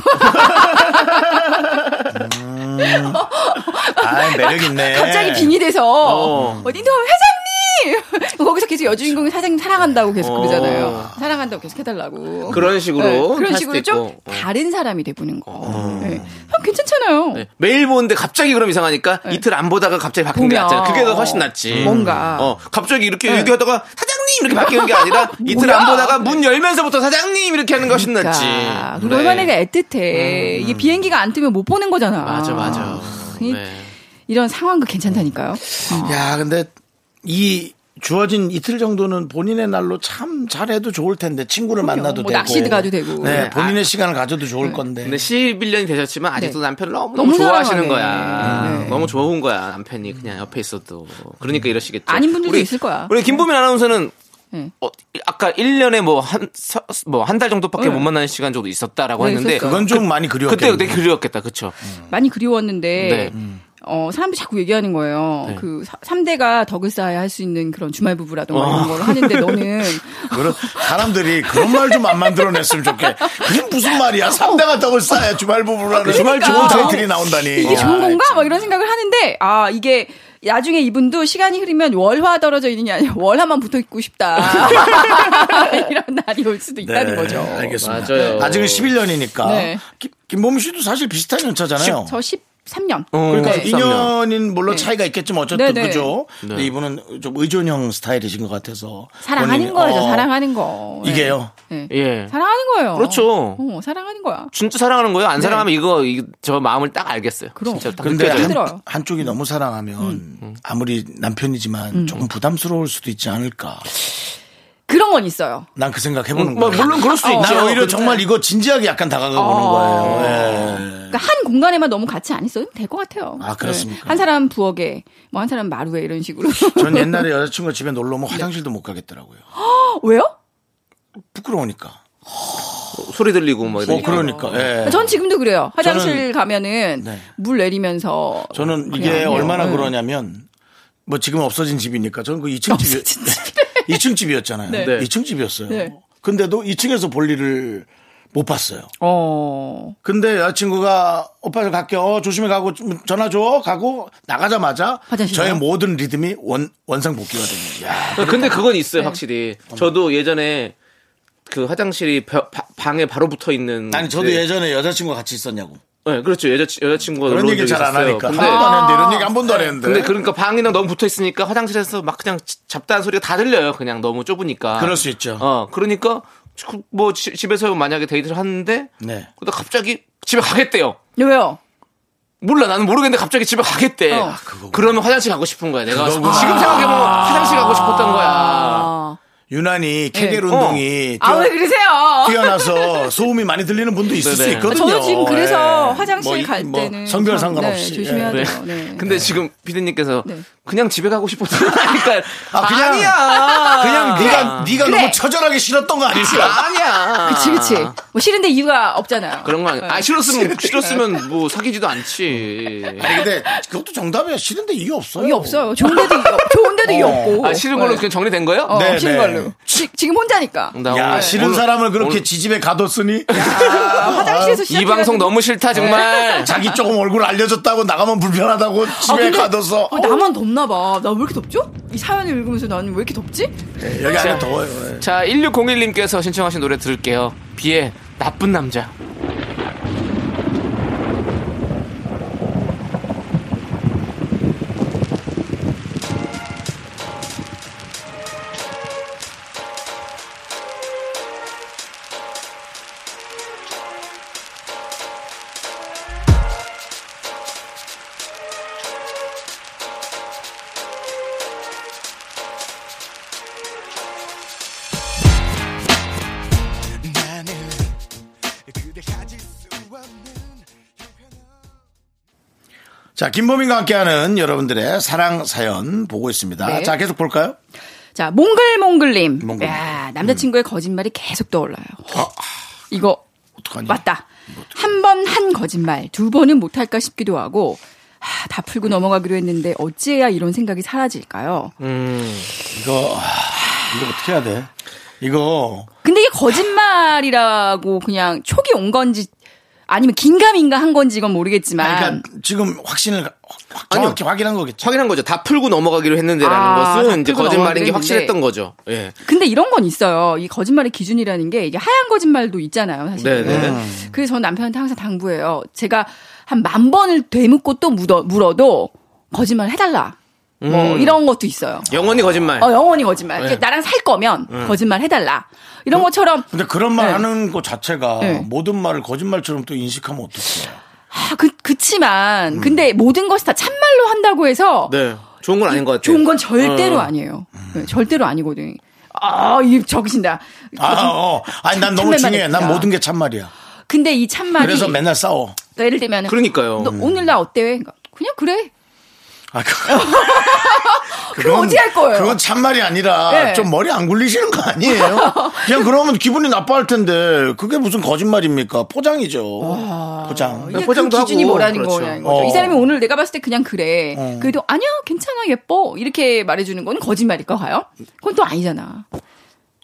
Speaker 1: 아, 매력 있네.
Speaker 4: 갑자기 빙이 돼서 어. 딘가 회장님 거기서 계속 여주인공이 사장님 사랑한다고 계속 그러잖아요. 사랑한다고 계속 해달라고.
Speaker 2: 어. 그런 식으로
Speaker 4: 네,
Speaker 2: 할
Speaker 4: 그런
Speaker 2: 수도
Speaker 4: 식으로 좀
Speaker 2: 있고. 어.
Speaker 4: 다른 사람이 돼보는 거. 네. 형 괜찮잖아요.
Speaker 2: 네. 매일 보는데 갑자기 그럼 이상하니까 이틀 안 보다가 갑자기 바뀌는 게
Speaker 4: 네. 보면. 음.
Speaker 2: 낫잖아요. 그게 더 훨씬 낫지.
Speaker 4: 뭔가. 네.
Speaker 2: 어, 갑자기 이렇게 얘기하다가 사장님 이렇게 바뀌는 게 아니라 이틀
Speaker 4: 뭐야?
Speaker 2: 안 보다가 문 열면서부터 사장님 이렇게 하는 게 훨씬 낫지. 네.
Speaker 4: 그러니까. 그리고 얼마나 이게 애틋해. 이게 비행기가 안 뜨면 못 보는 거잖아.
Speaker 2: 음. 맞아, 맞아.
Speaker 4: 이,
Speaker 2: 네.
Speaker 4: 이런 상황도 괜찮다니까요. 어,
Speaker 1: 야, 근데 이 주어진 이틀 정도는 본인의 날로 참 잘해도 좋을 텐데 친구를 만나도
Speaker 4: 뭐
Speaker 1: 되고
Speaker 4: 낚시도 가도 되고. 아.
Speaker 1: 네, 본인의 시간을 가져도 좋을 건데.
Speaker 2: 근데 11년이 되셨지만 아직도
Speaker 4: 네.
Speaker 2: 남편을 너무너무
Speaker 4: 너무
Speaker 2: 좋아하시는
Speaker 4: 사랑하네.
Speaker 2: 거야.
Speaker 4: 네.
Speaker 2: 너무 좋은 거야. 남편이 그냥 옆에 있어도. 그러니까 이러시겠죠.
Speaker 4: 아닌 분들도 있을 거야.
Speaker 2: 우리 김보민 아나운서는
Speaker 4: 네.
Speaker 2: 어, 아까 1년에 뭐 한, 뭐 한 달 정도밖에
Speaker 4: 네.
Speaker 2: 못 만나는 시간 정도 있었다라고
Speaker 4: 네,
Speaker 2: 했는데.
Speaker 4: 있었어요.
Speaker 1: 그건 좀 많이
Speaker 2: 그때
Speaker 1: 그리웠겠네.
Speaker 2: 그때 그리웠겠다. 그쵸.
Speaker 4: 많이 그리웠는데
Speaker 2: 네.
Speaker 4: 어, 사람들이 자꾸 얘기하는 거예요.
Speaker 2: 네.
Speaker 4: 그 3대가 덕을 쌓아야 할 수 있는 그런 주말 부부라든가
Speaker 2: 어.
Speaker 4: 이런 걸 하는데 너는
Speaker 1: 그런 사람들이 그런 말 좀 안 만들어냈으면 좋게. 그게 무슨 말이야? 삼대가 떡을 싸야 주말
Speaker 2: 아, 그러니까.
Speaker 1: 부부라는 주말 좋은 타이틀이 나온다니.
Speaker 4: 이게 좋은
Speaker 1: 아,
Speaker 4: 건가? 막 이런 생각을 하는데 아, 이게 나중에 이분도 시간이 흐르면 월화 떨어져 있는 게 아니라 월화만 붙어 있고 싶다. 이런 날이 올 수도 있다는 거죠.
Speaker 1: 네. 알겠습니다.
Speaker 2: 맞아요.
Speaker 1: 아직은 11년이니까.
Speaker 4: 네.
Speaker 1: 김범 씨도 사실 비슷한 연차잖아요.
Speaker 4: 저 13년.
Speaker 1: 그러니까
Speaker 4: 네.
Speaker 1: 2년인 물론 차이가 있겠지만 어쨌든
Speaker 4: 네, 네.
Speaker 1: 그죠. 근데 이분은 좀 의존형 스타일이신 것 같아서
Speaker 4: 사랑하는
Speaker 1: 본인이-
Speaker 4: 거죠.
Speaker 1: 어,
Speaker 4: 사랑하는 거. 네.
Speaker 1: 이게요.
Speaker 4: 네.
Speaker 2: 예.
Speaker 4: 사랑하는 거예요.
Speaker 2: 그렇죠.
Speaker 4: 어, 사랑하는 거야.
Speaker 2: 진짜 사랑하는 거예요? 안 사랑하면 이거, 이- 저 마음을 딱 알겠어요.
Speaker 4: 아, 그럼.
Speaker 2: 진짜 딱
Speaker 1: 네. 근데
Speaker 2: 느껴져요.
Speaker 4: 힘들어요. 음.
Speaker 1: 한, 쪽이 너무 사랑하면 아무리 남편이지만 조금 부담스러울 수도 있지 않을까.
Speaker 4: 그런 건 있어요.
Speaker 1: 난 그 생각 해보는
Speaker 2: 뭐
Speaker 1: 거예요.
Speaker 2: 물론 그럴 수도
Speaker 4: 어.
Speaker 2: 있죠.
Speaker 1: 난 오히려
Speaker 2: 근데-
Speaker 1: 정말 이거 진지하게 약간 다가가 보는 거예요. 예.
Speaker 4: 그러니까 한 공간에만 너무 같이 안 있어도 될 것 같아요.
Speaker 1: 아, 그렇습니까?
Speaker 4: 네. 한 사람 부엌에, 뭐 한 사람 마루에 이런 식으로.
Speaker 1: 전 옛날에 여자친구 집에 놀러 오면 화장실도 못 가겠더라고요.
Speaker 4: 어, 왜요?
Speaker 1: 부끄러우니까.
Speaker 2: 어, 그 소리 들리고 막
Speaker 1: 어,
Speaker 2: 이러니까.
Speaker 1: 그러니까. 예.
Speaker 4: 전 지금도 그래요. 화장실
Speaker 1: 저는-
Speaker 4: 가면은
Speaker 1: 네.
Speaker 4: 물 내리면서.
Speaker 1: 저는 이게
Speaker 4: 그냥
Speaker 1: 얼마나
Speaker 4: 네.
Speaker 1: 그러냐면 뭐 지금 없어진 집이니까 저는 그 2층 집이
Speaker 4: 없어진
Speaker 1: 2층 집이었잖아요.
Speaker 4: 네.
Speaker 1: 2층 집이었어요.
Speaker 4: 네.
Speaker 1: 근데도 2층에서 볼 일을 못 봤어요.
Speaker 4: 어.
Speaker 1: 근데 여자친구가 오빠 저 갈게. 어, 조심히 가고 좀 전화 줘. 가고 나가자마자
Speaker 4: 화장실
Speaker 1: 저의
Speaker 4: 가요?
Speaker 1: 모든 리듬이 원 원상 복귀거든요. 야.
Speaker 2: 근데 그건 있어요, 확실히. 저도 예전에 그 화장실이 벼- 바- 방에 바로 붙어 있는.
Speaker 1: 아니 저도
Speaker 2: 네.
Speaker 1: 예전에 여자친구가 같이 있었냐고.
Speaker 2: 네, 그렇죠. 여자 여자친구가
Speaker 1: 그런
Speaker 2: 놀러 온
Speaker 1: 얘기
Speaker 2: 적이
Speaker 1: 잘 안
Speaker 2: 있었어요.
Speaker 1: 하니까. 한
Speaker 2: 근데
Speaker 1: 번도 안 했는데 이런 얘기 한 번도
Speaker 4: 네.
Speaker 1: 안 했는데.
Speaker 2: 근데 그러니까 방이랑 너무 붙어 있으니까 화장실에서 막 그냥 지- 잡다한 소리가 다 들려요. 그냥 너무 좁으니까.
Speaker 1: 그럴 수 있죠.
Speaker 2: 어, 그러니까 그- 뭐 지- 집에서 만약에 데이트를 하는데
Speaker 1: 네.
Speaker 2: 그러다 갑자기 집에 가겠대요.
Speaker 4: 네, 왜요?
Speaker 2: 몰라 나는 모르겠는데 갑자기 집에 가겠대.
Speaker 4: 어. 아,
Speaker 2: 그러면 화장실 가고 싶은 거야. 내가
Speaker 1: 그거구나. 아.
Speaker 2: 지금 생각해보면 화장실 가고 싶었던 거야.
Speaker 4: 아.
Speaker 1: 유난히 케겔
Speaker 2: 어.
Speaker 1: 운동이
Speaker 4: 아, 왜 그러세요?
Speaker 1: 뛰어, 나서 소음이 많이 들리는 분도 있을
Speaker 2: 네네.
Speaker 1: 수 있거든요.
Speaker 4: 저는 지금 그래서
Speaker 1: 예.
Speaker 4: 화장실
Speaker 1: 뭐 이-
Speaker 4: 갈
Speaker 1: 뭐
Speaker 4: 때는.
Speaker 1: 성별
Speaker 4: 참,
Speaker 1: 상관없이
Speaker 4: 네, 조심해야
Speaker 1: 예.
Speaker 2: 네.
Speaker 4: 돼요. 네.
Speaker 2: 근데 지금 피디님께서
Speaker 4: 네.
Speaker 2: 그냥 집에 가고 싶었던 거니까
Speaker 1: 아, 그냥-
Speaker 2: 아니야.
Speaker 1: 그냥 네가 네 네가 너무 처절하게 싫었던 거 아닐까?
Speaker 2: 아니야.
Speaker 4: 그치, 그치. 뭐 싫은데 이유가 없잖아요.
Speaker 2: 그런 거 아니야. 아, 싫었으면, 싫었으면 뭐 사귀지도 않지.
Speaker 1: 아니 근데 그것도 정답이야. 싫은데 이유 없어요.
Speaker 4: 이유 없어요. 좋은데도 이유, 없- 좋은데도 이유
Speaker 1: 어.
Speaker 4: 없고.
Speaker 2: 아, 싫은 걸로 그냥 정리된 거예요?
Speaker 4: 어,
Speaker 1: 네, 음.
Speaker 4: 싫은
Speaker 1: 네.
Speaker 4: 걸로. 지, 지금 혼자니까.
Speaker 2: 나
Speaker 1: 야
Speaker 2: 오늘-
Speaker 1: 싫은
Speaker 2: 오늘-
Speaker 1: 사람을 그렇게
Speaker 2: 오늘
Speaker 1: 지집에 가뒀으니
Speaker 4: 아, 화장실에서 시작.
Speaker 2: 이 방송 너무 싫다, 정말.
Speaker 1: 자기 조금 얼굴 알려줬다고 나가면 불편하다고 집에 가둬서
Speaker 4: 아, 어, 나만 덥나 봐. 나 왜 이렇게 덥죠? 이 사연을 읽으면서 나는 왜 이렇게 덥지?
Speaker 1: 예, 여기 안에 더워요. 예.
Speaker 2: 자, 1601님께서 신청하신 노래 들을게요. 비의 나쁜 남자.
Speaker 1: 자 김범인과 함께하는 여러분들의 사랑 사연 보고 있습니다.
Speaker 4: 네.
Speaker 1: 자 계속 볼까요?
Speaker 4: 자, 몽글몽글님.
Speaker 1: 몽글몽글. 음. 아,
Speaker 4: 야, 남자친구의 거짓말이 계속 떠올라요. 이거
Speaker 1: 어떡하니?
Speaker 4: 맞다. 한 번 한 거짓말, 두 번은 못할까 싶기도 하고, 하, 다 풀고 넘어가기로 했는데 어찌해야 이런 생각이 사라질까요?
Speaker 2: 음,
Speaker 1: 이거 아, 이거 어떻게 해야 돼? 이거
Speaker 4: 근데 이게 거짓말이라고 그냥 촉이 온 건지 아니면 긴가민가 한 건지 이건 모르겠지만
Speaker 1: 그러니까 지금 확신을 확- 확- 정확히 확인한 거겠죠.
Speaker 2: 확인한 거죠. 다 풀고 넘어가기로 했는데라는
Speaker 4: 아, 다
Speaker 2: 것은 이제
Speaker 4: 풀고
Speaker 2: 거짓말인 게
Speaker 4: 넘어가기로
Speaker 2: 확실했던 거죠. 예.
Speaker 4: 근데 이런 건 있어요. 이 거짓말의 기준이라는 게 이게 하얀 거짓말도 있잖아요, 사실.
Speaker 2: 네네.
Speaker 4: 그래서 저는 남편한테 항상 당부해요. 제가 한 만 번을 되묻고 또 묻어, 물어도 거짓말 해달라. 뭐
Speaker 2: 음.
Speaker 4: 이런 것도 있어요.
Speaker 2: 영원히 거짓말.
Speaker 4: 어, 영원히 거짓말.
Speaker 2: 네.
Speaker 4: 그러니까 나랑 살 거면 거짓말 해달라.
Speaker 2: 음.
Speaker 4: 이런 것처럼
Speaker 1: 근데 그런 말
Speaker 4: 네.
Speaker 1: 하는 것 자체가
Speaker 4: 네.
Speaker 1: 모든 말을 거짓말처럼 또 인식하면 어떡해요?
Speaker 4: 아, 그, 그치만 근데 모든 것이 다 참말로 한다고 해서
Speaker 2: 음. 네. 좋은 건 아닌 것 같아요.
Speaker 4: 좋은 건 절대로
Speaker 2: 어.
Speaker 4: 아니에요. 네, 절대로 아니거든. 아, 이 적신다.
Speaker 1: 아, 어. 아니 난 너무
Speaker 4: 참말만
Speaker 1: 중요해. 난
Speaker 4: 했다.
Speaker 1: 모든 게 참말이야.
Speaker 4: 근데 이 참말이
Speaker 1: 그래서 맨날 싸워.
Speaker 4: 예를 들면
Speaker 1: 음.
Speaker 2: 그러니까요.
Speaker 4: 너 오늘 나 어때? 그러니까 그냥 그래.
Speaker 1: 아, 그,
Speaker 4: 그거 어디 할 거예요?
Speaker 1: 그건 참말이 아니라
Speaker 4: 네.
Speaker 1: 좀 머리 안 굴리시는 거 아니에요? 그냥 그러면 기분이 나빠할 텐데 그게 무슨 거짓말입니까? 포장이죠. 포장.
Speaker 4: 이게 그
Speaker 2: 포장도
Speaker 4: 기준이
Speaker 2: 하고,
Speaker 4: 뭐라는
Speaker 2: 그렇죠.
Speaker 4: 거냐는 거죠.
Speaker 1: 어.
Speaker 4: 이 사람이 오늘 내가 봤을 때 그냥 그래. 그래도 아니야 괜찮아 예뻐 이렇게 말해주는 건 거짓말일까 과연? 그건 또 아니잖아.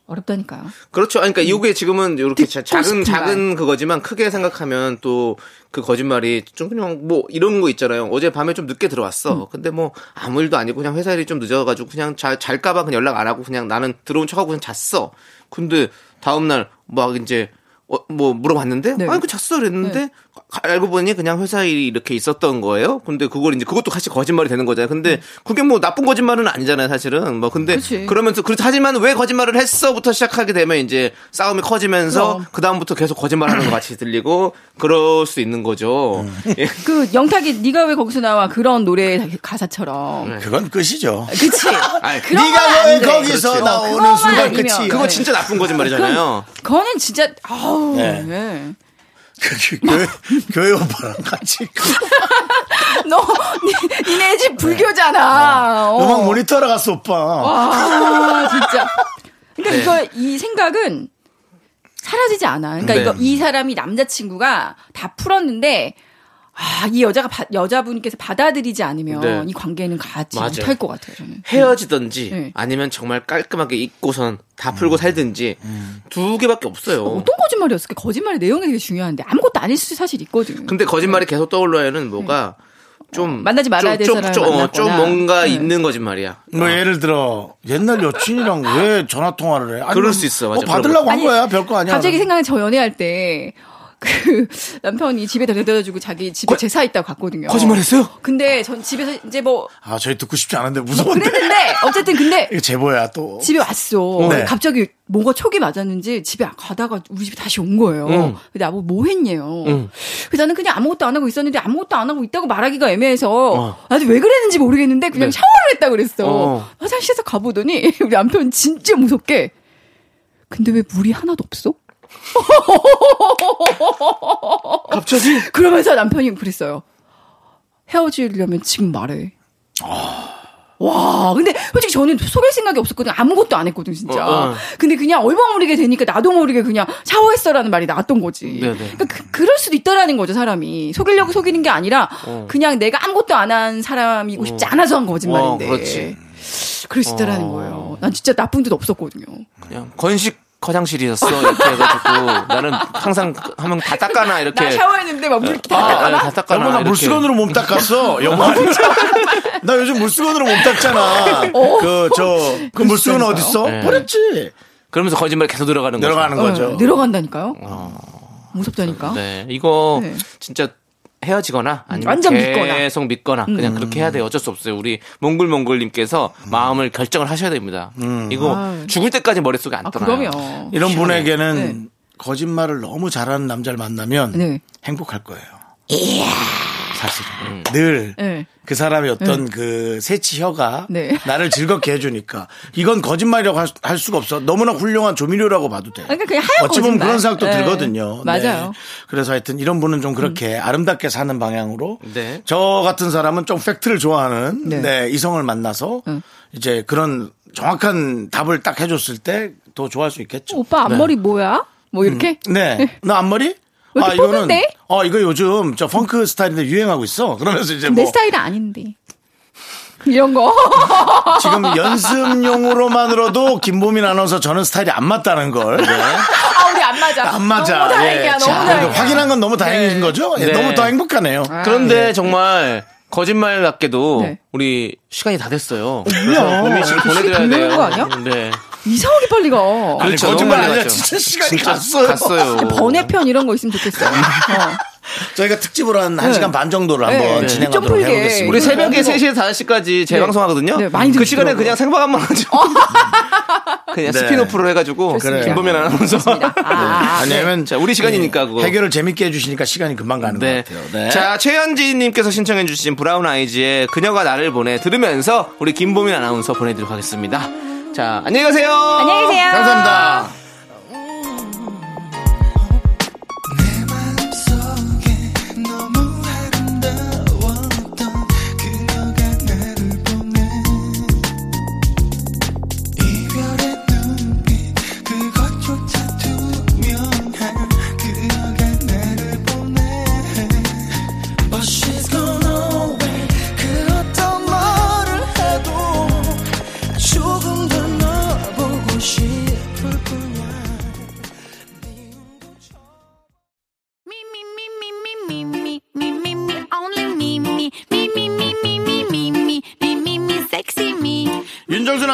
Speaker 4: 어렵다니까요.
Speaker 2: 그렇죠. 아니, 그러니까 이게 지금은 이렇게 자-
Speaker 4: 음. 듣고
Speaker 2: 작은
Speaker 4: 싶은
Speaker 2: 작은 그거지만 크게 생각하면 또 그 거짓말이 좀 그냥 뭐 이런 거 있잖아요. 어제 밤에 좀 늦게 들어왔어.
Speaker 4: 음.
Speaker 2: 근데 뭐 아무 일도 아니고 그냥 회사 일이 좀 늦어가지고 그냥 자, 잘까봐 그냥 연락 안 하고 그냥 나는 들어온 척하고 그냥 잤어. 근데 다음 날 막 이제 어, 뭐 물어봤는데
Speaker 4: 네.
Speaker 2: 아니 그 잤어 그랬는데 아, 알고 보니 그냥 회사 일이 이렇게 있었던 거예요. 근데 그걸 이제 그것도 같이 거짓말이 되는 거잖아요.
Speaker 4: 음.
Speaker 2: 근데 그게 뭐 나쁜 거짓말은 아니잖아요, 사실은. 뭐 근데
Speaker 4: 그치.
Speaker 2: 그러면서 그렇다 하지만 왜 거짓말을 했어부터 시작하게 되면 이제 싸움이 커지면서
Speaker 4: 그럼.
Speaker 2: 그 다음부터 계속 거짓말하는 것 같이 들리고 그럴 수 있는 거죠. 예.
Speaker 4: 그 영탁이 네가 왜 거기서 나와 그런 노래 가사처럼.
Speaker 1: 그건 끝이죠.
Speaker 4: 그치?
Speaker 2: 아니,
Speaker 4: 그런 건
Speaker 1: 네가 왜
Speaker 4: 안 돼.
Speaker 1: 거기서
Speaker 2: 그렇죠.
Speaker 1: 나오는
Speaker 4: 그거만
Speaker 1: 순간
Speaker 4: 아니면.
Speaker 1: 끝이.
Speaker 2: 그거 진짜 나쁜 거짓말이잖아요.
Speaker 4: 그거는 진짜 아우.
Speaker 1: 네.
Speaker 4: 네.
Speaker 1: 그 교회, 교회 오빠랑 같이
Speaker 4: 너 니- 니네 집 불교잖아. 어.
Speaker 1: 네. 음악 모니터 하러 갔어 오빠.
Speaker 4: 아 진짜.
Speaker 2: 네.
Speaker 4: 그러니까 이거 이 생각은 사라지지 않아. 그러니까
Speaker 2: 네.
Speaker 4: 이거 이 사람이 남자친구가 다 풀었는데 아, 이 여자가 바- 여자분께서 받아들이지 않으면
Speaker 2: 네.
Speaker 4: 이 관계는 가지
Speaker 2: 맞아요.
Speaker 4: 못할 것 같아요. 저는.
Speaker 2: 헤어지든지
Speaker 4: 네. 음.
Speaker 2: 아니면 정말 깔끔하게 잊고선 다 풀고 살든지 두 개밖에 없어요.
Speaker 4: 어떤 거짓말이었을까? 거짓말의 내용이 되게 중요한데 아무것도 아닐 수 사실 있거든.
Speaker 2: 근데 거짓말이 계속 떠올라야는 뭐가 좀
Speaker 4: 네. 만나지 말아야 될
Speaker 2: 좀,
Speaker 4: 사람을
Speaker 2: 좀, 어,
Speaker 4: 만났거나.
Speaker 2: 좀 뭔가
Speaker 4: 네.
Speaker 2: 있는 거짓말이야.
Speaker 1: 뭐 예를 들어 옛날 여친이랑 왜 전화 통화를 해? 아니면
Speaker 2: 그럴 수 있어, 맞아.
Speaker 1: 뭐 받으려고 한
Speaker 4: 아니,
Speaker 1: 거야 별거 아니야.
Speaker 4: 갑자기 생각난 저 연애할 때 그 남편이 집에 데려다 주고 자기 집에 제사 있다고 갔거든요.
Speaker 2: 거짓말했어요?
Speaker 4: 근데 전 집에서 이제 뭐
Speaker 1: 아 저희 듣고 싶지 않은데 무서운데.
Speaker 4: 그랬는데 어쨌든 근데
Speaker 1: 이거 제보야 또.
Speaker 4: 집에 왔어.
Speaker 1: 네.
Speaker 4: 갑자기 뭐가 촉이 맞았는지 집에 가다가 우리 집에 다시 온 거예요.
Speaker 2: 응.
Speaker 4: 근데 아무 뭐 했냐요. 그래서 나는 그냥 아무것도 안 하고 있었는데 아무것도 안 하고 있다고 말하기가 애매해서 나도 왜 그랬는지 모르겠는데 그냥
Speaker 2: 네.
Speaker 4: 샤워를 했다 그랬어.
Speaker 2: 어.
Speaker 4: 화장실에서 가보더니 우리 남편 진짜 무섭게 근데 왜 물이 하나도 없어?
Speaker 2: 갑자기?
Speaker 4: 그러면서 남편이 그랬어요. 헤어지려면 지금 말해. 와, 근데 솔직히 저는 속일 생각이 없었거든요. 아무것도 안 했거든, 진짜.
Speaker 2: 어, 어.
Speaker 4: 근데 그냥 얼버무리게 되니까 나도 모르게 그냥 샤워했어라는 말이 나왔던 거지.
Speaker 2: 네네.
Speaker 4: 그러니까 그, 럴 수도 있다라는 거죠, 사람이. 속이려고 속이는 게 아니라 그냥 내가 아무것도 안 한 사람이고 싶지 않아서 한 거짓말인데.
Speaker 2: 어, 그렇지.
Speaker 4: 럴수 있다라는 거예요. 난 진짜 나쁜 뜻 없었거든요.
Speaker 2: 그냥 건식 화장실이었어 이렇게 해가지고 나는 항상 하면 다 닦아놔 이렇게
Speaker 4: 나 샤워했는데 막 물기
Speaker 2: 아,
Speaker 4: 다 닦아놔?
Speaker 2: 아, 다 닦아놔
Speaker 1: 여보 나
Speaker 2: 이렇게.
Speaker 1: 물수건으로 몸 닦았어. 여보 나 요즘 물수건으로 몸 닦잖아.
Speaker 4: 어?
Speaker 1: 그 저 그 물수건 어디 있어?
Speaker 2: 네.
Speaker 1: 버렸지.
Speaker 2: 그러면서 거짓말 계속 들어가는 거죠.
Speaker 1: 내려가는 거죠.
Speaker 4: 어, 내려간다니까요? 무섭다니까?
Speaker 2: 네, 이거
Speaker 4: 네.
Speaker 2: 진짜 헤어지거나 아니면
Speaker 4: 완전 믿거나. 음.
Speaker 2: 계속 믿거나 그냥 그렇게 해야 돼요. 어쩔 수 없어요. 우리 몽글몽글님께서 마음을 결정을 하셔야 됩니다. 이거 죽을 때까지 머릿속에 안
Speaker 4: 음. 아,
Speaker 2: 떠나요.
Speaker 4: 그럼요.
Speaker 1: 이런 분에게는
Speaker 4: 네.
Speaker 1: 거짓말을 너무 잘하는 남자를 만나면
Speaker 4: 네.
Speaker 1: 행복할 거예요. 사실은
Speaker 2: 음.
Speaker 1: 늘.
Speaker 4: 네.
Speaker 1: 그 사람의 어떤 그 새치 혀가
Speaker 4: 네.
Speaker 1: 나를 즐겁게 해주니까 이건 거짓말이라고 할, 수- 할 수가 없어 너무나 훌륭한 조미료라고 봐도 돼.
Speaker 4: 그러니까 그냥 하얀
Speaker 1: 어찌 보면
Speaker 4: 거짓말.
Speaker 1: 그런 생각도
Speaker 4: 네.
Speaker 1: 들거든요.
Speaker 4: 맞아요. 음.
Speaker 1: 그래서 하여튼 이런 분은 좀 그렇게 아름답게 사는 방향으로
Speaker 2: 네.
Speaker 1: 저 같은 사람은 좀 팩트를 좋아하는
Speaker 4: 네.
Speaker 1: 네, 이성을 만나서 이제 그런 정확한 답을 딱 해줬을 때 더 좋아할 수 있겠죠.
Speaker 4: 오빠 앞머리 뭐야? 뭐 이렇게?
Speaker 1: 네. 너 앞머리? 아,
Speaker 4: 왜 이렇게 뽀근데?
Speaker 1: 어, 이거 요즘 저 펑크 스타일인데 유행하고 있어. 그러면서 이제
Speaker 4: 네, 내
Speaker 1: 뭐
Speaker 4: 스타일은 아닌데. 이런 거.
Speaker 1: 지금 연습용으로만으로도 김보민 아나운서 저는 스타일이 안 맞다는 걸.
Speaker 2: 네.
Speaker 1: 네.
Speaker 4: 아, 우리 안 맞아. 그러니까
Speaker 1: 안 맞아.
Speaker 4: 너무 다행이야,
Speaker 1: 예.
Speaker 4: 너무
Speaker 1: 자,
Speaker 4: 다행이야.
Speaker 1: 확인한 건 너무 다행인
Speaker 4: 네.
Speaker 1: 거죠? 예,
Speaker 2: 네.
Speaker 1: 너무 더 행복하네요.
Speaker 2: 아, 그런데 정말 거짓말 같게도
Speaker 4: 아, 네.
Speaker 2: 우리 시간이 다 됐어요. 그래서 고민 지금 보내드려야
Speaker 4: 시간
Speaker 2: 돼요.
Speaker 4: 걸리는 거 아니야?
Speaker 2: 네.
Speaker 4: 이상하게 빨리 가.
Speaker 1: 아니,
Speaker 2: 그렇죠.
Speaker 1: 거짓말
Speaker 2: 너무
Speaker 1: 아니라
Speaker 2: 많이
Speaker 1: 진짜 시간이 갔어요.
Speaker 2: 갔어요. 갔어요.
Speaker 4: 아, 그 번외편 이런 거 있으면 좋겠어요. 어.
Speaker 1: 저희가 특집으로 한
Speaker 2: 네.
Speaker 1: 1시간 반 정도를 한번
Speaker 4: 네. 좀
Speaker 1: 진행하도록
Speaker 4: 풀게.
Speaker 1: 해보겠습니다.
Speaker 2: 우리 새벽에
Speaker 4: 이거-
Speaker 2: 3시에서 5시까지 재방송하거든요.
Speaker 4: 네, 많이
Speaker 2: 그 시간에
Speaker 4: 들으시더라고요.
Speaker 2: 그냥 생방한만 하죠. 그냥
Speaker 1: 네.
Speaker 2: 스피노프로 해가지고
Speaker 4: 좋습니다.
Speaker 2: 김보면 아나운서.
Speaker 4: 좋습니다. 아, 아, 아.
Speaker 1: 왜냐면
Speaker 2: 자, 우리 시간이니까 그거.
Speaker 1: 네. 예. 해결을 재밌게 해주시니까 시간이 금방 가는
Speaker 2: 네.
Speaker 1: 것 같아요. 네.
Speaker 2: 자, 최현지님께서 신청해주신 브라운 아이즈의 그녀가 나를 보내 들으면서 우리 김보민 아나운서 보내드리도록 하겠습니다. 자, 안녕히 가세요. 안녕히
Speaker 4: 계세요.
Speaker 2: 감사합니다.
Speaker 5: 내 마음속에 너무 아름다웠던 그녀가 나
Speaker 1: 윤정수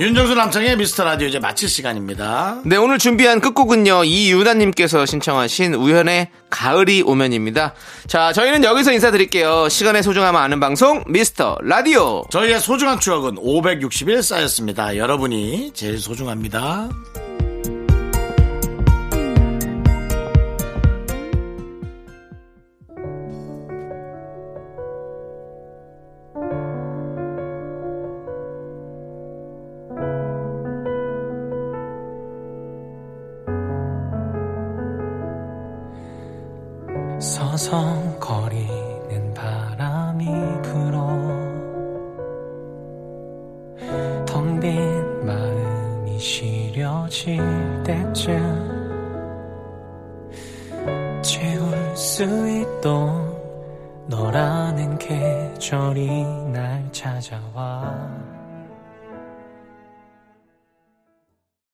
Speaker 1: 윤정수 남창의 미스터 라디오 이제 마칠 시간입니다.
Speaker 2: 네, 오늘 준비한 끝곡은요, 이유나님께서 신청하신 우현의 가을이 오면입니다. 자, 저희는 여기서 인사드릴게요. 시간의 소중함 아는 방송, 미스터 라디오.
Speaker 1: 저희의 소중한 추억은 561 쌓였습니다. 여러분이 제일 소중합니다.
Speaker 6: 서성거리는 바람이 불어 텅 빈 마음이 시려질 때쯤 채울 수 있던 너라는 계절이 날 찾아와